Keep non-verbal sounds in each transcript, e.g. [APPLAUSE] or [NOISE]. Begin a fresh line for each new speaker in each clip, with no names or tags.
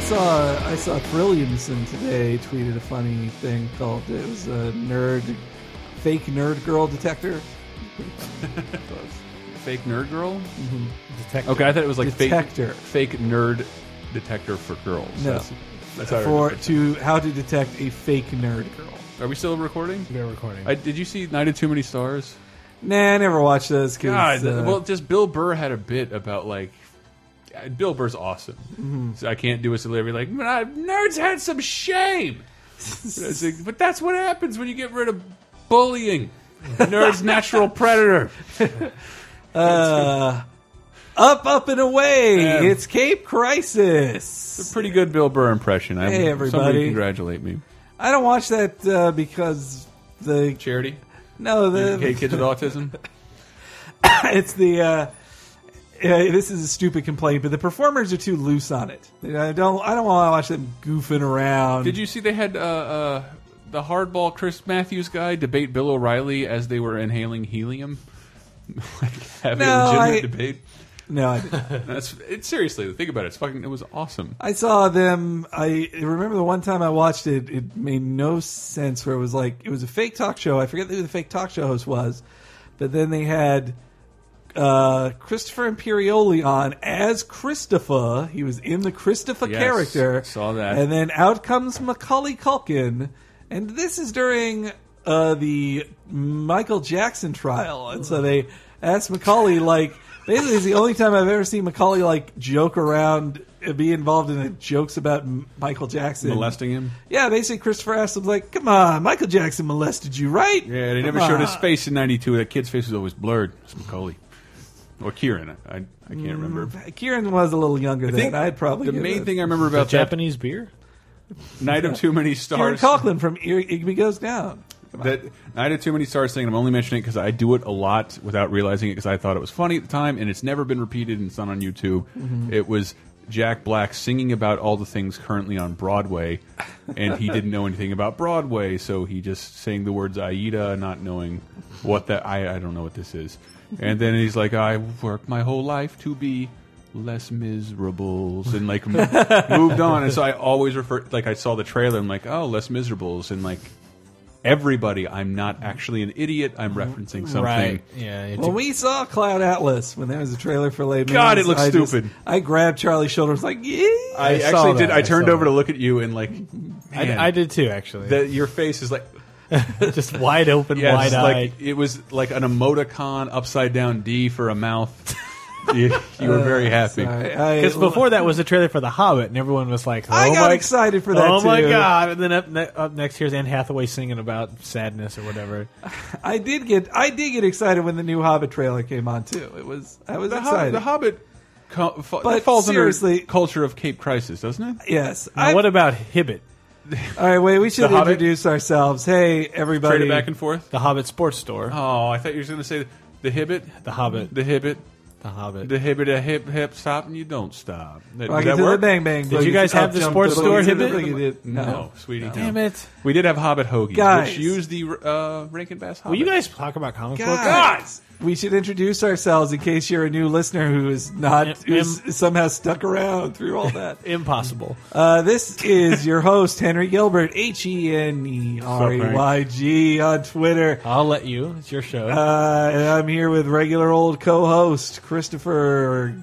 saw I saw Brilliamson today tweeted a funny thing called it was a nerd fake nerd girl detector.
Fake nerd girl?
Detective.
Okay, I thought it was like
Detector.
fake fake nerd detector for girls.
No.
That's, that's how I
for
remember it.
to how to detect a fake nerd girl.
Are we still recording?
We're recording.
I, did you see Night of Too Many Stars?
Nah, I never watched those
God,
because uh,
well, just Bill Burr had a bit about like. uh, Bill Burr's awesome.
Mm-hmm.
So I can't do a celebrity like "Man, I- nerds had
[LAUGHS]
some shame. And I was like, but that's what happens when you get rid of bullying. Nerds natural predator.
uh, up, up and away.
Yeah.
It's Cape Crisis.
Pretty good Bill Burr impression. I,
Hey,
Somebody
everybody.
congratulate me.
I don't watch that uh, because the
Charity.
no
Gay
the
kids with autism.
[LAUGHS] it's the. Uh, uh, this is a stupid complaint, but the performers are too loose on it. I don't. I don't want to watch them goofing around.
Did you see they had uh, uh, the hardball Chris Matthews guy debate Bill O'Reilly as they were inhaling helium? [LAUGHS] like having
No,
a legitimate
I-
debate.
No, I didn't.
That's it. Seriously, think about it. It's fucking. It was awesome.
I saw them. I remember the one time I watched it. It made no sense. Where it was like it was a fake talk show. I forget who the fake talk show host was, but then they had uh, Christopher Imperioli on as Christopher. He was in the Christopher
Yes,
character.
saw that.
And then out comes Macaulay Culkin, and this is during uh, the Michael Jackson trial, and so they asked Macaulay like. Basically, it's the only time I've ever seen Macaulay like joke around, uh, be involved in uh, jokes about M- Michael Jackson
Molesting him.
Yeah, basically, Christopher asked him like, "Come on, Michael Jackson molested you, right?"
Yeah, they
Come
never showed his
on."
face in '92. That kid's face was always blurred. It's Macaulay or Kieran. I I, I can't remember.
Kieran was a little younger then. Mm, I'd probably
the
give
main
it-
thing I remember about that
Japanese beer?
night of too many
Kieran
stars.
Coughlin from Ir- Igby Goes Down.
That night of too many stars thing. and I'm only mentioning it because I do it a lot without realizing it because I thought it was funny at the time, and it's never been repeated, and it's not on YouTube. It was Jack Black singing about all the things currently on Broadway, and he didn't know anything about Broadway, so he just sang the words Aida, not knowing what that. I I don't know what this is, and then he's like, I worked my whole life to be. Less miserables and like moved on, and so I always refer like I saw the trailer. and like, oh, less miserables, and like everybody I'm not actually an idiot. I'm referencing something.
Right. Yeah. it's-
When we saw Cloud Atlas, when there was a trailer for Late
God, it looks stupid.
I grabbed Charlie's shoulder. and was like, "Yeah."
I,
I saw
actually did.
that.
I
I
turned
saw
over to
that.
look at you and like, man,
I, I did too, actually.
that your face is like,
[LAUGHS] Just wide open,
yeah, it's
wide eyed.
like it was like an emoticon upside down D for a mouth. [LAUGHS] you, you were very happy.
Because before that was the trailer for The Hobbit, and everyone was like, oh
I got
my,
excited for that,
Oh my
too.
god! And then up, ne- up next here's Anne Hathaway singing about sadness or whatever.
I did get I did get excited when the new Hobbit trailer came on too. It was I was
The, Hob-
excited.
the Hobbit. Co fa- that
But
falls
seriously-
under culture of Cape Crisis, doesn't it?
yes.
Now,
I-
what about Hibbit,
all right, wait. We should
The Hobbit?
introduce ourselves. Hey,
Trade
everybody.
it back and forth.
the Hobbit sports store?
Oh, I thought you were going to say the Hibbit,
The Hobbit,
the Hibbit,
the Hobbit.
the Hibbit, a hip hip stop, and you don't stop. Did
Rock
that
into
work?
the bang bang.
Did you
boogie.
guys have
Up
the
jump
sports store
boogie,
hibbit?
boogie, did-
No,
No.
sweetie.
Damn
no.
it!
We did have Hobbit Hoagie,
Guys.
which used the uh, Rankin Bass Hobbit.
Will you guys talk about comic books?
Guys, we should introduce ourselves in case you're a new listener who is not
Em-
who's somehow stuck around through all that.
Impossible.
Uh, this is your host, Henry Gilbert, H E N E R E Y G on Twitter.
I'll let you. It's your show.
Uh, and I'm here with regular old co host, Christopher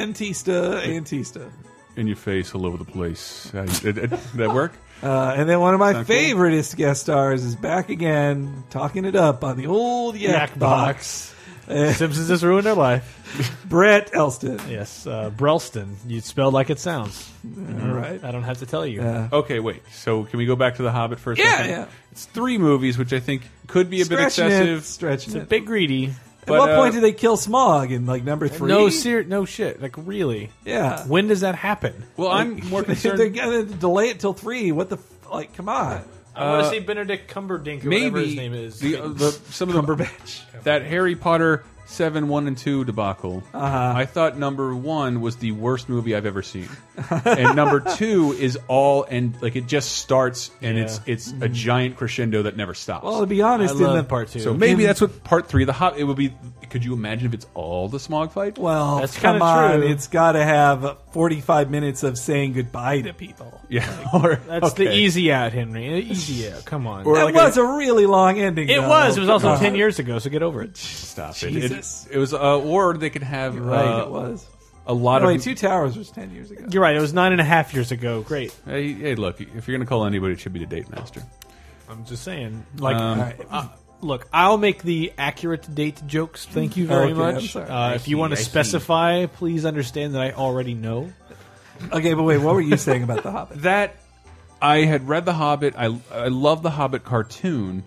Cantista. Antista.
in your face all over the place? Uh, did, did that work?
Uh, and then one of my
Sound cool?
favoriteest guest stars is back again, talking it up on the old Yak,
[LAUGHS]
Yak box. Simpsons has ruined our life.
[LAUGHS] Brett Elston.
Yes, uh, Brelston. You spelled like it sounds.
All right. Uh,
I don't have to tell you.
Yeah.
Okay, wait. So can we go back to the Hobbit first?
Yeah, yeah.
It's three movies, which I think could be a bit
Stretching
excessive.
it. Stretching
It's a
it.
bit greedy.
At what
But, uh,
point did they kill Smog in like number three?
No, ser- no shit. Like really.
Yeah.
When does that happen?
Well, I'm
[LAUGHS]
[LAUGHS] more
They're
concerned.
gonna delay it till three. What the f- like? Come on.
I want to see Benedict Cumberdink, or
maybe
whatever his name is.
The, uh, the, some of the
Cumberbatch.
that Harry Potter seven, one, and two debacle,
Uh-huh.
I thought number one was the worst movie I've ever seen, and
[LAUGHS]
number two is all and like it just starts and
Yeah.
it's it's a giant crescendo that never stops.
Well, to be honest,
I
in the
love part two.
so maybe that's what part three, the hop, it would be. Could you imagine if it's all the smog fight?
Well,
That's
come
kinda
on,
true.
it's got to have 45 minutes of saying goodbye to people. [LAUGHS]
yeah, or,
That's the
okay.
easy out, Henry. Easy out. Come on.
Or
That
like a-
was a, really long ending.
it
though.
was. It was also
Uh,
ten years ago. So get over it.
Stop it. it.
Jesus.
It was, uh, or they could have
Right,
uh,
it was.
a lot
Oh,
of.
wait, Two Towers was 10 years ago.
You're right. It was nine and a half years ago. Great.
hey, hey, look, if you're gonna call anybody, it should be the date master.
I'm just saying. Like,
Um,
All right.
uh, look, I'll make the accurate date jokes. Thank you very
Okay, I'm
much.
sorry.
Uh, if you want to specify, please understand that I already know.
Okay, but wait, what were you saying about The
[LAUGHS]
Hobbit?
that I had read The Hobbit. I I love the Hobbit cartoon,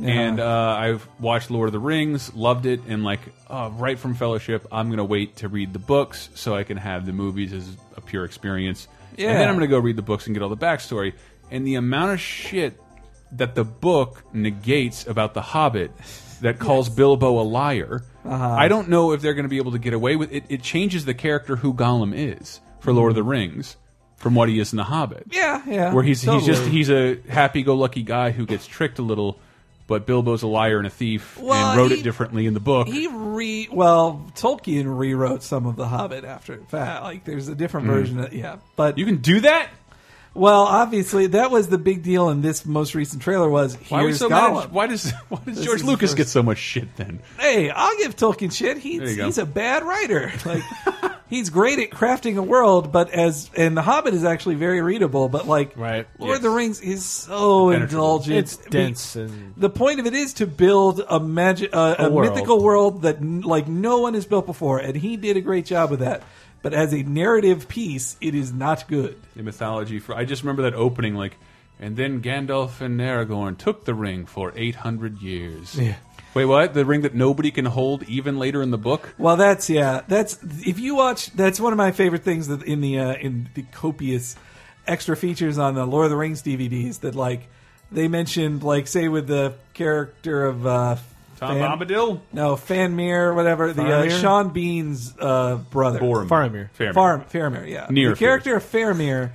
and uh, I've watched Lord of the Rings, loved it, and like uh, right from Fellowship, I'm gonna wait to read the books so I can have the movies as a pure experience. and then
Yeah.
I'm gonna go read the books and get all the backstory. And the amount of shit that the book negates about the Hobbit that calls Bilbo a liar.
Uh-huh.
I don't know if they're going to be able to get away with it. It changes the character who Gollum is for Lord of the Rings from what he is in the Hobbit
Mm-hmm. Yeah, yeah.
where he's
totally.
he's just he's a happy-go-lucky guy who gets tricked a little, but Bilbo's a liar and a thief
Well,
and wrote
he-
it differently in the book.
He re well Tolkien rewrote some of The Hobbit after the fact. Like there's a different version. Of, yeah, but
you can do that.
well, obviously that was the big deal in this most recent trailer. Was
Why are we
here's
so
Gollum.
mad? Why does [LAUGHS] why does George
is the
Lucas
first-
get so much shit then?
hey, I'll give Tolkien shit. He's
you go.
he's a bad
[LAUGHS]
writer. Like he's great at crafting a world, but as and The Hobbit is actually very readable, but like
Right.
Lord
Yes.
of the Rings is so
Penetrable.
indulgent.
It's dense and-
the point of it is to build a magic uh, a,
A world.
mythical world that n- like no one has built before, and he did a great job with that. But as a narrative piece, it is not good.
The mythology for I just remember that opening like, and then Gandalf and Aragorn took the ring for eight hundred years. Yeah. Wait, what? The ring that nobody can hold even later in the book.
Well, that's yeah. That's if you watch. That's one of my favorite things that in the uh, in the copious extra features on the Lord of the Rings DVDs that like they mentioned like say with the character of uh,
Tom
Fan-
Bombadil,
No, Fanmir, whatever the uh,
Faramir?
Sean Bean's uh, brother.
Boromir,
Faramir.
Faramir.
Farm Faramir, yeah.
Near
the character of Faramir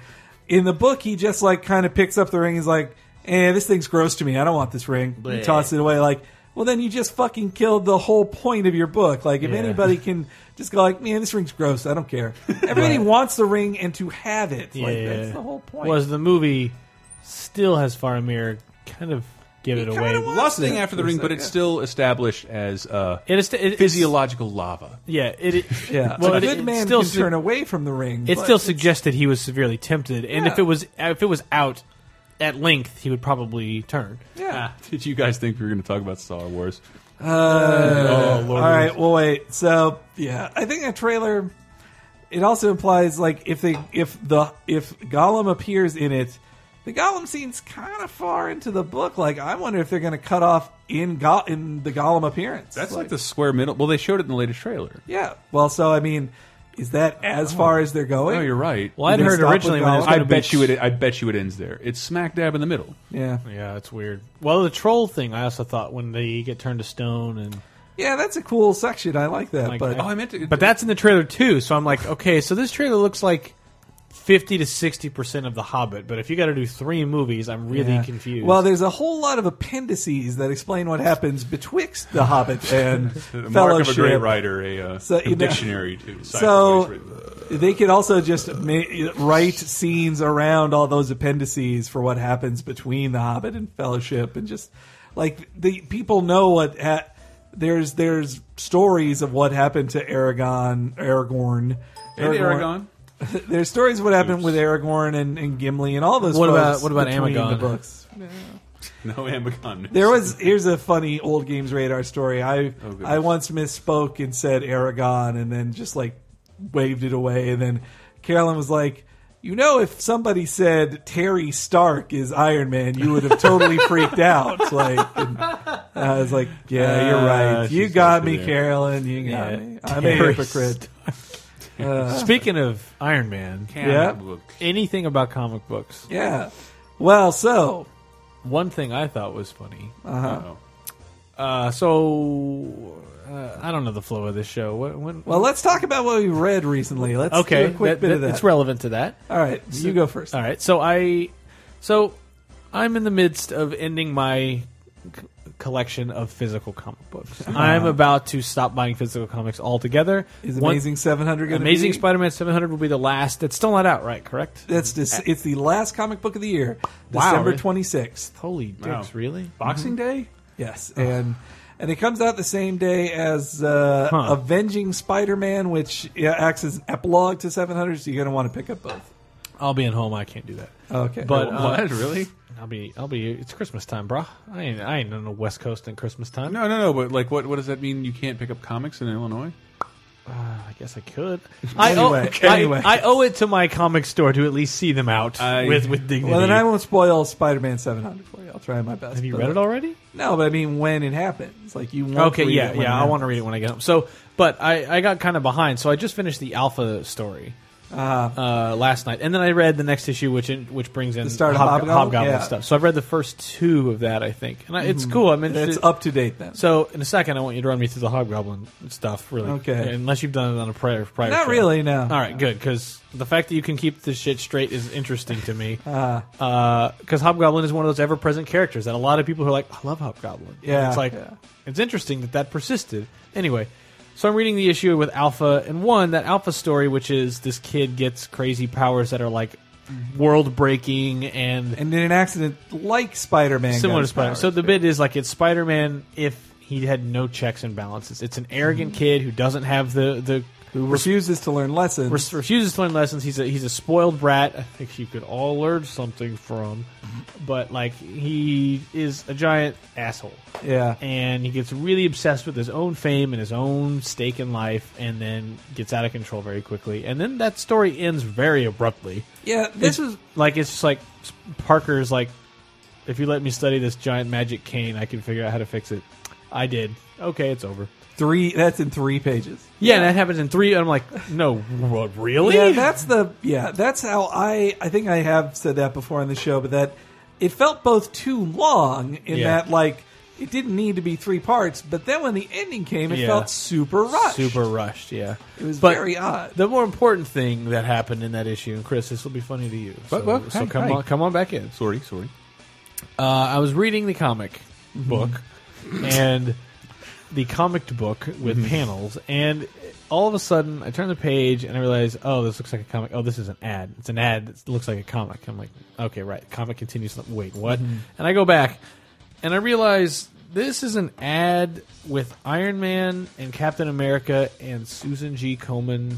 in the book, he just like kind of picks up the ring. He's like, "Eh, this thing's gross to me. I don't want this ring." He
Bleh.
tosses it away. Like, well, then you just fucking killed the whole point of your book. Like, if
Yeah.
anybody can just go, like, "Man, this ring's gross. I don't
[LAUGHS]
care." Everybody wants the ring and to have it. Like,
Yeah.
that's the whole point.
Was the movie still has Faramir kind of give it
kinda
away?
was-
lusting
Yeah,
after the
for a
ring, but it's
second.
still established as uh,
It is it,
physiological lava.
Yeah, it, it
yeah.
Well,
a
it-
good
it
man
still
can
su-
turn away from the ring.
It
but
still suggests that he was severely tempted, and if
Yeah.
it was uh, if it was out at length, he would probably turn.
yeah.
Did you guys think we were going to talk about Star Wars?
Uh,
Oh,
all
Lord.
right. Well, wait. So yeah, I think a trailer. It also implies like if they if the if Gollum appears in it, the Gollum scene's kind of far into the book. Like I wonder if they're going to cut off in Go- in the Gollum appearance.
That's like the square middle. Well, they showed it in the latest trailer.
yeah. Well, so I mean, is that as far as they're going?
Oh, you're right.
Well, I'd
Did they
heard
stop
originally
with
when it was
Gollum?
I
going to
bet you it. I bet you it ends there. It's smack dab in the middle.
yeah.
Yeah, it's weird. Well, the troll thing, I also thought when they get turned to stone, and
Yeah, that's a cool section. I like that.
Like,
but
Oh, I meant to.
but that's in the trailer too. So I'm like, okay, so this trailer looks like fifty to sixty percent of The Hobbit, but if you got to do three movies, I'm really
Yeah.
confused.
Well, there's a whole lot of appendices that explain what happens betwix the Hobbit and
the
Fellowship.
[LAUGHS] mark of a great writer, a, uh,
So,
a
you know-
dictionary to decipher what
So
he's written.
they could also just ma- write scenes around all those appendices for what happens between the Hobbit and Fellowship, and just like the people know what ha- there's there's stories of what happened to Aragon, Aragorn,
and Aragon.
there's stories of what happened with Aragorn and, and Gimli and all those.
What about-
folks
what about
between
Amagon?
The books.
No, Amagon.
There was here's a funny old games radar story.
Oh,
I
goodness.
I once misspoke and said Aragon, and then just like waved it away. And then Carolyn was like, "You know, if somebody said Terry Stark is Iron Man, you would have
[LAUGHS]
totally freaked out." Like, and I was like, "Yeah, you're
Ah,
right. You
she's
got
actually
me,
there.
Carolyn. You got
Yeah,
me. I'm a [LAUGHS]
Terry
hypocrite." Uh,
speaking of Iron Man,
yeah.
anything about comic books?
Yeah. Well, so
One thing I thought was funny
Uh-huh.
Uh, so uh, I don't know the flow of this show. What, when,
Well, let's talk about what we read recently. Let's
okay,
do a quick
that-
bit
that-
of that.
it's relevant to that.
All right, you go first.
All right. So I, so I'm in the midst of ending my c- collection of physical comic books. I'm about to stop buying physical comics altogether.
Is
One-
Amazing 700 going to
Amazing
be?
Spider-Man 700 will be the last. That's still not out, right? Correct.
That's just, it's the last comic book of the year,
Wow,
December
really?
26th.
Holy dicks!
Wow.
Really?
Boxing Day?
Yes, and and it comes out the same day as uh,
Huh.
Avenging Spider-Man, which yeah, acts as an epilogue to 700. So you're going to want to pick up both.
I'll be at home. I can't do that.
Okay,
But,
Well,
uh,
what? Really?
I'll be. I'll be. It's Christmas time, brah. I ain't. I ain't on the West Coast in Christmas time.
No, no, no. But like, what? What does that mean? You can't pick up comics in Illinois?
Uh, I guess I could. I, owe,
Anyway, okay.
I-
anyway.
I, owe it to my comic store to at least see them out
I-
with with dignity.
well, then I won't spoil Spider-Man 700 for you. I'll try my best.
Have you
but-
read it already?
No, but I mean when it happens, like you. Want
Okay,
to read
yeah,
it when
yeah. I want
to.
to read it when I get home. So, but I I got kind of behind, so I just finished the Alpha story uh, last night, and then I read the next issue, which in, which brings in
Uh-huh. The start of
Hobgoblin,
Hobgoblin?
Hobgoblin
Yeah. Hmm.
stuff. So I've read the first two of that, I think, and I, it's cool. I'm interested.
It's up to date then.
So in a second, I want you to run me through the Hobgoblin stuff, really.
Okay.
Unless you've done it on a prior prior.
Not
show.
really, no.
All right, good, because the fact that you can keep this shit straight is interesting
[LAUGHS]
to me.
Uh-huh.
Because Hobgoblin is one of those ever-present characters that a lot of people who are like, I love Hobgoblin. And
Yeah,
It's like
yeah.
it's interesting that that persisted. Anyway, so I'm reading the issue with Alpha and one that Alpha story, which is this kid gets crazy powers that are like world-breaking and
Mm-hmm. and in an accident like Spider-Man,
similar
got
to
his
Spider.
powers,
So the
yeah.
bit is like it's Spider Man if he had no checks and balances. It's an arrogant kid who doesn't have the the
Mm-hmm. who refuses to learn lessons.
res- refuses to learn lessons. He's a he's a spoiled brat. I think you could all learn something from,
Mm-hmm.
but like he is a giant asshole.
yeah,
And he gets really obsessed with his own fame and his own stake in life, and then gets out of control very quickly. And then that story ends very abruptly
yeah. This was
like it's just like Parker's like, if you let me study this giant magic cane, I can figure out how to fix it. I did. Okay, it's over.
three. That's in three pages.
Yeah, and that happens in three. And I'm like, no, what, really?
Yeah,
[LAUGHS]
that's the yeah, that's how I I think I have said that before on the show, but that it felt both too long in
Yeah.
that like it didn't need to be three parts, but then when the ending came, it
Yeah.
felt super rushed.
super rushed. Yeah,
It was
But
very odd.
The more important thing that happened in that issue, and Chris, this will be funny to you. So,
What, what?
so
Hey,
come
hey.
on, come on back in.
Sorry, sorry.
Uh, I was reading the comic book and the comic book with panels, and all of a sudden I turn the page and I realize, oh, this looks like a comic. Oh, this is an ad. It's an ad that looks like a comic. I'm like, okay, right. Comic continues. Wait, what? And I go back and I realize this is an ad with Iron Man and Captain America and Susan G. Komen.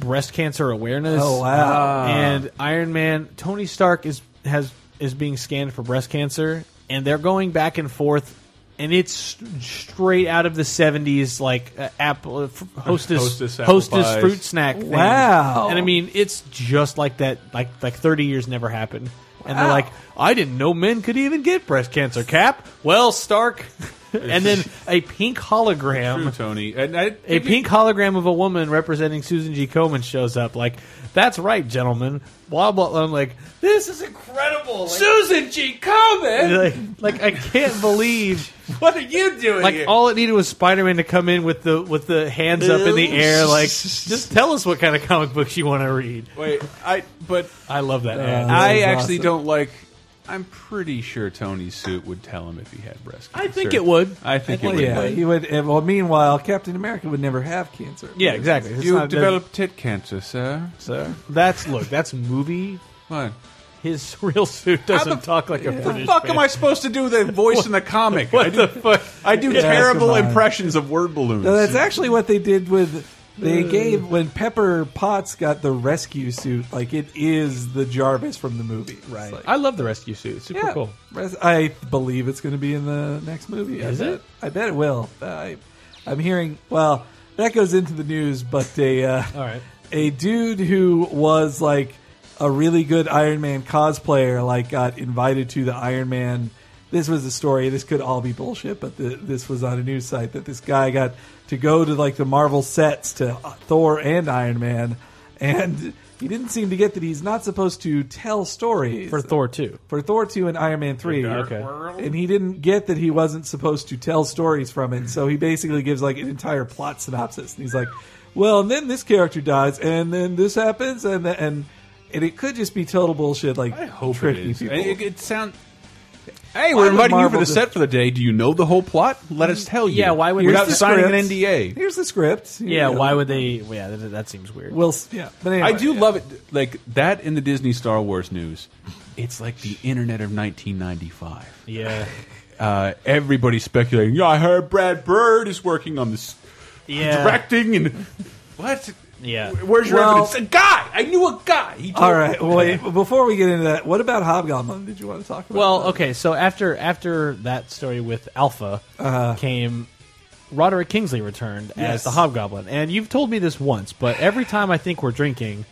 Breast cancer awareness.
Oh, wow.
Ah.
And Iron Man, Tony Stark is has is being scanned for breast cancer, and they're going back and forth, and it's st- straight out of the seventies, like uh, apple uh, f- hostess
Hostess
hostess,
apple pies.
fruit snack. thing.
Wow.
And I mean, it's just like that. Like like thirty years never happened, and they're
Wow.
like, I didn't know men could even get breast cancer. Cap, well,
[LAUGHS]
Stark, and then a pink hologram
True, Tony. And I,
a pink hologram of a woman representing Susan G. Komen shows up. Like, that's right, gentlemen. Blah blah. blah. I'm like,
[LAUGHS]
this is incredible. Like,
Susan G. Komen,
like, like, I can't believe.
what are you doing?
Like all it needed was Spider Man to come in with the with the hands up in the air. Like, just tell us what kind of comic books you want to read.
Wait, I but
I love that. ad.
Uh,
I
is
actually
awesome.
don't like. I'm pretty sure Tony's suit would tell him if he had breast
I
cancer.
think it would.
I think it
well,
would.
yeah, he would. and, Well, meanwhile, Captain America would never have cancer.
yeah, exactly. It's
You
not-
developed tit cancer, sir. Sir,
That's look. That's movie.
what?
His [LAUGHS] real suit doesn't
the-
talk like a
The
British.
fuck am [LAUGHS]
man.
I supposed to do the voice in the [LAUGHS] comic? I
What
do,
the fuck?
I do
Yeah,
terrible
come on.
impressions of word balloons.
No, that's actually what they did with. They gave when Pepper Potts got the rescue suit, like it is the Jarvis from the movie, It's like-
I love the rescue suit. It's super cool.
Res- I believe it's going to be in the next movie.
Is
I bet.
it?
I bet it will. I, I'm hearing. Well, that goes into the news, but a uh,
All right.
a dude who was like a really good Iron Man cosplayer, like got invited to the Iron Man. This was a story. This could all be bullshit, but the, this was on a news site that this guy got to go to like the Marvel sets to uh, Thor and Iron Man, and He didn't seem to get that he's not supposed to tell stories
for Thor two.
for Thor 2 and Iron Man 3.
Okay.
And he didn't get that he wasn't supposed to tell stories from it, so he basically gives like an entire plot synopsis. And he's like, well, and then this character dies, and then this happens, and the, and, and it could just be total bullshit, like
I hope it
tricky
is.
people.
It, it sound. Hey,
would
we're inviting you for
Marvel
the
do-
set for the day. Do you know the whole plot? Let us tell you.
Yeah, why would-
without
Here's the
signing
script.
an NDA?
Here's the script.
Yeah, why would they? well, Yeah, that, that seems weird.
Well, s- yeah. But anyway,
I do love it, like that in the Disney Star Wars news. It's like the internet of 1995.
[LAUGHS] yeah,
Uh, everybody's speculating. Yeah, I heard Brad Bird is working on this,
Yeah.
directing and [LAUGHS] what?
Yeah.
where's your
Well-
evidence? A guy. I knew a guy. He told
All right. Well, wait. Before we get into that, what about Hobgoblin? Did you want to talk about?
Well,
that?
okay. So after after that story with Alpha came, Roderick Kingsley returned
Yes.
as the Hobgoblin, and you've told me this once, but every time I think we're drinking,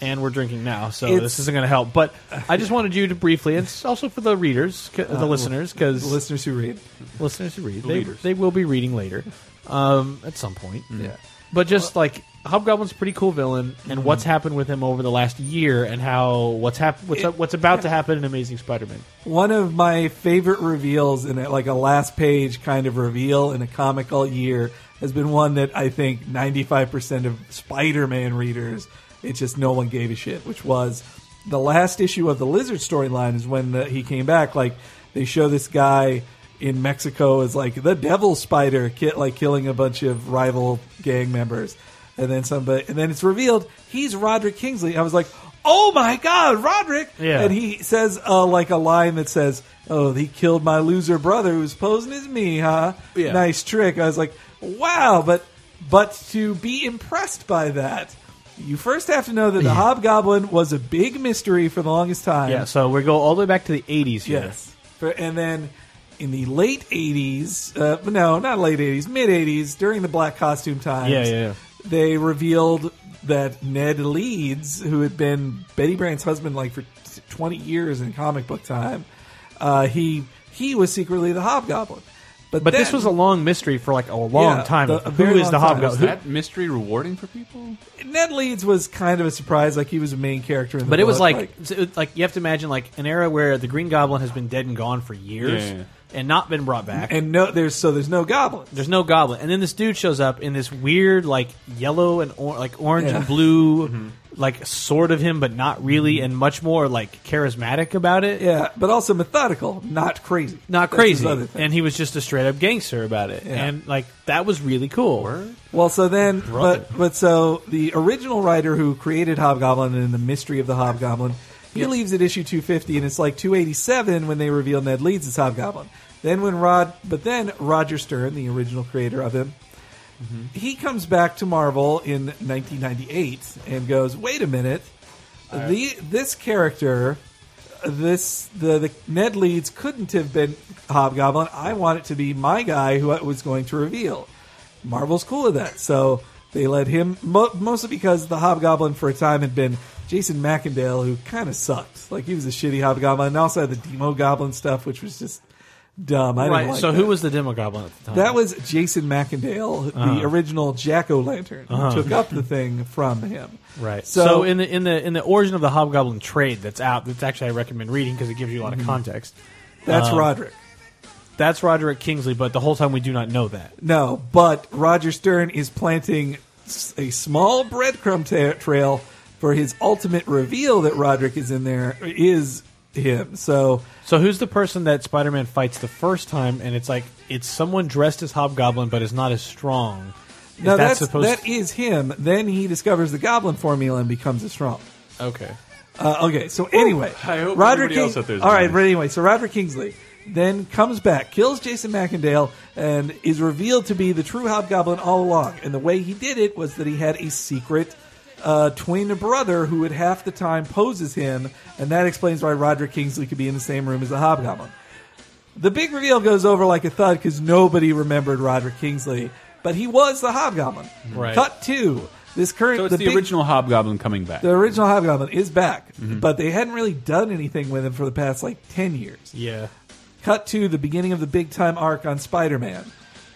and we're drinking now, so
It's-
this isn't going to help. But I just wanted you to briefly, and it's also for the readers, c- the listeners,
The
because
listeners who read.
listeners who read,
The
they,
readers.
they will be reading later, um, at some point.
Yeah.
But just like Hobgoblin's a pretty cool villain,
Mm-hmm.
and what's happened with him over the last year, and how what's hap- what's
It-
what's about to happen in Amazing Spider-Man.
One of my favorite reveals in it, like a last page kind of reveal in a comic all year has been one that I think 95% of Spider-Man readers, it just no one gave a shit, which was the last issue of the Lizard storyline is when the, he came back. Like they show this guy in Mexico as like the devil spider, ki- like killing a bunch of rival gang members. And then somebody, and then it's revealed he's Roderick Kingsley. I was like, oh my God, Roderick.
Yeah.
And he he says uh, like a line that says, "Oh, he killed my loser brother who's posing as me, huh?
Yeah.
Nice trick." I was like, "Wow!" But but to be impressed by that, you first have to know that the Hobgoblin was a big mystery for the longest time.
Yeah, so we go all the way back to the '80s here.
Yes. For, and then in the late 80s, uh, no, not late 80s, mid 80s, during the black costume times,
Yeah, yeah, yeah.
they revealed that Ned Leeds, who had been Betty Brandt's husband like for 20 years in comic book time, uh, he he was secretly the Hobgoblin. But,
But this
then-
was a long mystery for like a long
Yeah,
time.
the- a
who
very
is the
long time.
Was
Hobgoblin? Who-
that mystery rewarding for people?
Ned Leeds was kind of a surprise, like he was a main character in the
But it was
book,
like so it- like you have to imagine like an era where the Green Goblin has been dead and gone for years
Yeah, yeah, yeah.
and not been brought back.
and no, there's so there's no goblins.
There's no goblin, and then this dude shows up in this weird, like yellow and or- like orange
Yeah. Mm-hmm.
and blue, like sort of him, but not really, and much more like charismatic about it.
yeah, but also methodical, not crazy,
Not
That's his
crazy,
other thing.
and he was just a straight up gangster about it,
Yeah.
and like that was really cool.
Well, so then,
Brother.
but but so the original writer who created Hobgoblin and the mystery of the Hobgoblin, he leaves at issue 250, and it's like 287 when they reveal Ned Leeds as Hobgoblin. Then when Rod, but then Roger Stern, the original creator of him, he comes back to Marvel in 1998 and goes, "Wait a minute, the this character." This the, the Ned Leeds couldn't have been Hobgoblin. I want it to be my guy who I was going to reveal. Marvel's cool with that. So they let him, mo- mostly because the Hobgoblin for a time had been Jason McIndale, who kind of sucked. Like he was a shitty Hobgoblin, and also had the Demo Goblin stuff, which was just dumb. I didn't
Right.
like
so
that.
who was the demo goblin at the time?
That was Jason McIndale,
Uh-huh.
the original Jack O' Lantern, who took up the thing from him.
right.
So,
So, in the in the in the origin of the Hobgoblin trade that's out, that's actually I recommend reading because it gives you a lot
Mm-hmm.
of context.
that's
um,
Roderick.
That's Roderick Kingsley, but the whole time we do not know that.
No, but Roger Stern is planting s- a small breadcrumb ta- trail for his ultimate reveal that Roderick is in there is him. So
So who's the person that Spider-Man fights the first time? And it's like it's someone dressed as Hobgoblin, but is not as strong. Is
No,
that
that's
supposed.
that e- is him. Then he discovers the goblin formula and becomes as strong.
okay.
Uh, okay, so anyway,
I hope
Roderick
everybody
King-
else out there's
all right,
nice.
but anyway, so Roderick Kingsley then comes back, kills Jason McIndale, and is revealed to be the true Hobgoblin all along. And the way he did it was that he had a secret uh, twin brother who at half the time poses him, and that explains why Roderick Kingsley could be in the same room as the Hobgoblin. The big reveal goes over like a thud because nobody remembered Roderick Kingsley, but he was the Hobgoblin.
Right.
Cut two. This current
So it's the,
big-
original Hobgoblin coming back.
the original Hobgoblin is back,
Mm-hmm.
but they hadn't really done anything with him for the past like 10 years.
Yeah.
Cut to the beginning of the big time arc on Spider Man.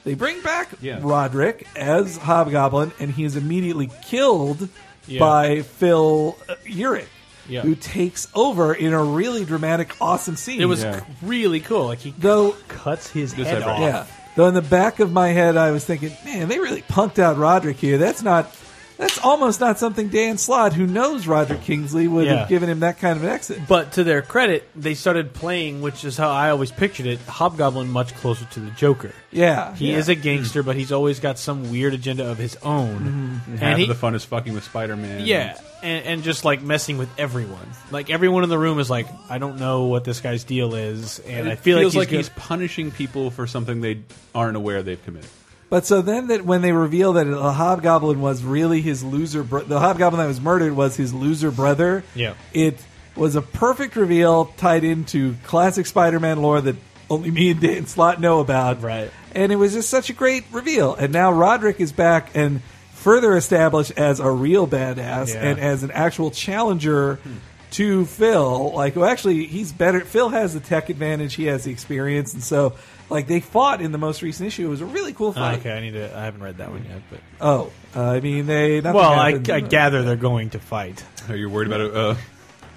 They bring back
Yeah.
Roderick as Hobgoblin, and he is immediately killed
Yeah.
by Phil uh, Urich,
Yeah.
who takes over in a really dramatic, awesome scene.
It was
Yeah.
really cool. Like he
though,
cuts his
This
head
I
off.
read.
yeah, though in the back of my head, I was thinking, man, they really punked out Roderick here. That's not. That's almost not something Dan Slott, who knows Roderick Kingsley, would
Yeah.
have given him that kind of an exit.
But to their credit, they started playing, which is how I always pictured it, Hobgoblin much closer to the Joker.
Yeah,
He
yeah.
is a gangster, but he's always got some weird agenda of his own.
Mm-hmm.
Half
And he,
of the fun is fucking with Spider Man.
yeah, and, and just like messing with everyone. Like everyone in the room is like, I don't know what this guy's deal is, and I feel
feels
like he's, good-
punishing people for something they aren't aware they've committed.
But so then that when they reveal that the hobgoblin was really his loser, bro- the hobgoblin that was murdered was his loser brother.
Yeah.
it was a perfect reveal tied into classic Spider-Man lore that only me and Dan Slott know about.
Right.
and it was just such a great reveal. And now Roderick is back and further established as a real badass
Yeah.
and as an actual challenger. To Phil, like, well, actually, he's better. Phil has the tech advantage. He has the experience, and so, like, they fought in the most recent issue. It was a really cool
Oh,
fight.
okay, I need to. I haven't read that one yet, but
Oh, I mean, they. nothing
well, I,
happened.
I gather they're going
[LAUGHS]
to fight.
Are you worried about uh,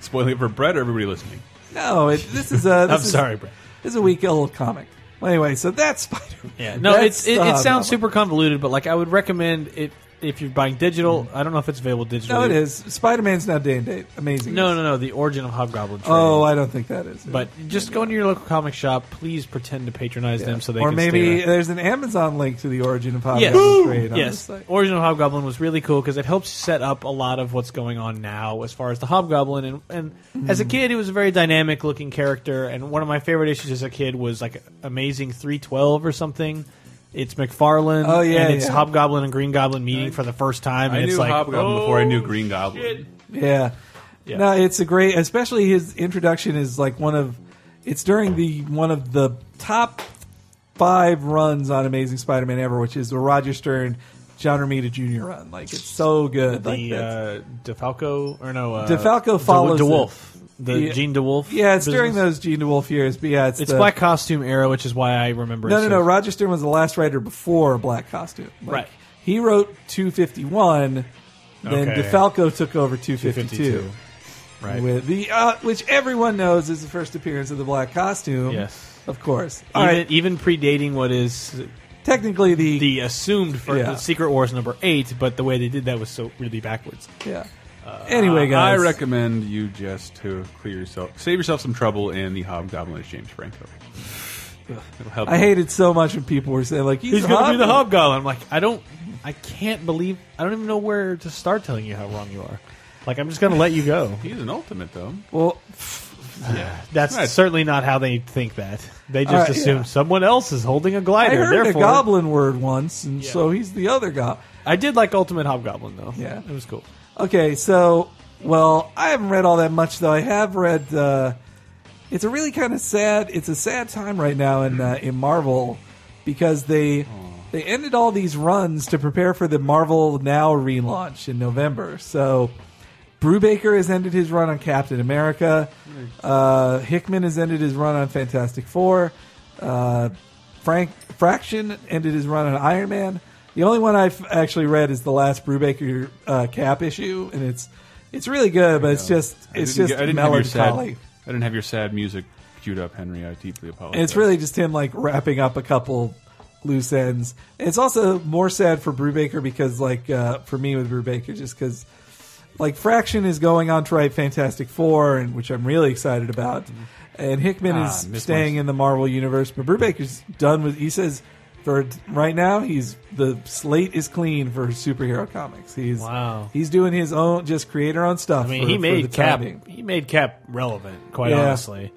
spoiling it for Brett or everybody listening?
No, it, this is
[LAUGHS]
a. This
I'm
is,
sorry, Brad.
This is a weak old comic. Well, anyway, so that's Spider.
Yeah, no,
That's
it's it,
the
it sounds
Hobgoblin.
super convoluted, but like I would recommend it if you're buying digital. I don't know if it's available digitally.
Mm. No, it is. Spider Man's now day and date. Amazing.
No, no, no. The origin of Hobgoblin. Trade.
Oh, I don't think that is. it.
but just go into your local comic shop. Please pretend to patronize them so they
or
can
maybe
stay around.
there's an Amazon link to the origin of Hobgoblin
Yes.
trade. On this
Yes,
site.
Origin of Hobgoblin was really cool because it helps set up a lot of what's going on now as far as the Hobgoblin. And, and
Mm-hmm.
as a kid, he was a very dynamic looking character. And one of my favorite issues as a kid was like Amazing 312 or something. It's McFarlane.
Oh, yeah,
And it's
yeah.
Hobgoblin and Green Goblin meeting for the first time. And
I
it's
knew
like,
Hobgoblin
oh,
before I knew Green Goblin.
Yeah.
Yeah.
No, it's a great, especially his introduction is like one of, it's during the one of the top five runs on Amazing Spider-Man ever, which is the Roger Stern, John Romita Jr. run. Like it's so good. Like
the
that's-
uh, DeFalco or no uh,
DeFalco
De-
follows
DeWolf, the
Yeah.
Gene DeWolf.
yeah, it's during
business.
those Gene DeWolf years. But yeah, it's,
It's
the,
Black Costume era, which is why I remember.
No,
it
no,
so-
no. Roger Stern was the last writer before Black Costume. Like,
Right.
He wrote 251. Then
Okay.
DeFalco took over 252.
Right.
with the uh, which everyone knows is the first appearance of the black costume.
Yes.
of course. All
even,
right,
even predating what is
technically the,
the assumed for
Yeah.
the Secret Wars number eight, but the way they did that was so really backwards.
yeah.
uh,
anyway,
Uh, I
guys,
recommend you just to clear yourself, save yourself some trouble in the Hobgoblin as James Franco. It'll help.
I hated so much when people were saying like he's,
He's going to be the
Hob-
Hobgoblin. I'm like, I don't, I can't believe, I don't even know where to start telling you how wrong you are. Like, I'm just going to let you go.
He's an ultimate though.
Well,
Yeah,
[LAUGHS] That's
Right.
certainly not how they think that. They just
All right,
assume
yeah.
someone else is holding a
I
glider.
heard a
therefore,
goblin word once, and
Yeah.
so he's the other guy.
I did like Ultimate Hobgoblin though.
Yeah.
it was cool.
Okay, so well, I haven't read all that much though. I have read. Uh, it's a really kind of sad. It's a sad time right now in uh, in Marvel because they they ended all these runs to prepare for the Marvel Now relaunch in November. So Brubaker has ended his run on Captain America. Uh, Hickman has ended his run on Fantastic Four. Uh, Frank Fraction ended his run on Iron Man. The only one I've actually read is the last Brubaker uh, Cap issue, and it's it's really good, but it's just
I
it's
didn't
just
get- I didn't have your sad.
melancholy.
I didn't have your sad music queued up, Henry. I deeply apologize.
And it's really just him like wrapping up a couple loose ends. And it's also more sad for Brubaker because like uh, for me with Brubaker just because like Fraction is going on to write Fantastic Four and which I'm really excited about.
Mm-hmm.
And Hickman
Ah,
is
missed
staying in the Marvel universe, but Brubaker's done with he says for right now he's the slate is clean for superhero comics. He's
Wow.
he's doing his own just creator own stuff.
I mean,
for-
he
for
made
the
Cap.
time being.
He made Cap relevant, quite
Yeah.
honestly.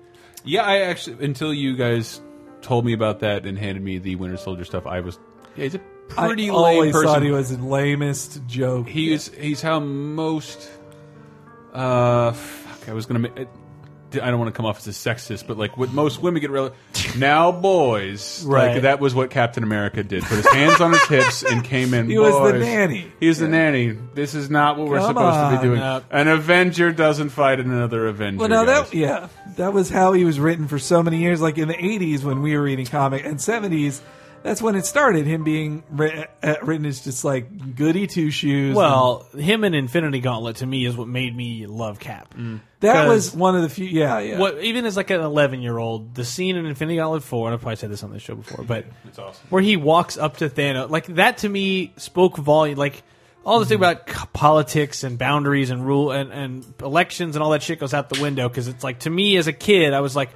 yeah. I actually until you guys told me about that and handed me the Winter Soldier stuff, I was yeah. He's a pretty
I
lame
always
person.
thought he was the lamest joke.
He's he's how most. Uh, fuck, I was gonna. ma- I don't want to come off as a sexist, but like what most women
[LAUGHS]
get real now, boys.
Right.
Like that was what Captain America did. Put his hands on his hips and came in.
[LAUGHS] He was the
"Boys."
nanny.
He was the nanny. This is not what we're
Come
supposed to
on,
be doing.
up.
An Avenger doesn't fight another Avenger.
Well, now
guys.
that yeah, that was how he was written for so many years. Like in the '80s when we were reading comic and '70s, that's when it started. Him being ri- uh, written as just like goody two shoes.
Well, him and Infinity Gauntlet to me is what made me love Cap.
that
'cause
was one of the few. Yeah, yeah.
What even as like an eleven year old, the scene in Infinity Gauntlet Four, and I've probably said this on this show before, but
It's awesome.
where he walks up to Thanos, like that to me spoke volume. Like all this thing
Mm-hmm.
about c- politics and boundaries and rule and, and elections and all that shit goes out the window because it's like to me as a kid, I was like,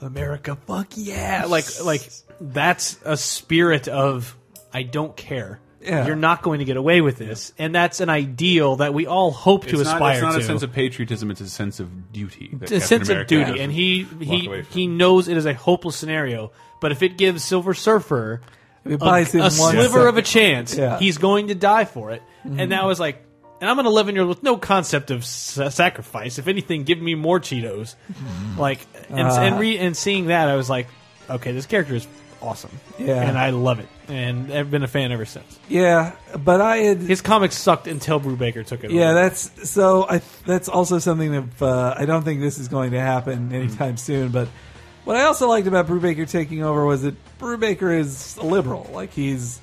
America, fuck yeah, like like that's a spirit of I don't care.
Yeah.
You're not going to get away with this, and that's an ideal that we all hope to
it's not,
aspire
it's not
to
a sense of patriotism; it's a sense of duty. that
a
Captain
sense of
America
duty,
has.
and he
away
he
from
he knows it is a hopeless scenario. But if it gives Silver Surfer
It
a,
buys him
a
one
sliver
second.
of a chance,
Yeah. Mm-hmm.
he's going to die for it. And that was like, and I'm an 11 year old with no concept of sa- sacrifice. If anything, give me more Cheetos.
Mm-hmm.
Like, and
Uh,
and, re- and seeing that, I was like, okay, this character is awesome.
Yeah.
and I love it, and I've been a fan ever since.
yeah, but I had
His comics sucked until Brubaker took it.
Yeah,
over.
that's so. I that's also something that uh, I don't think this is going to
Hmm.
happen anytime soon. But what I also liked about Brubaker taking over was that Brubaker is a liberal. Like he's,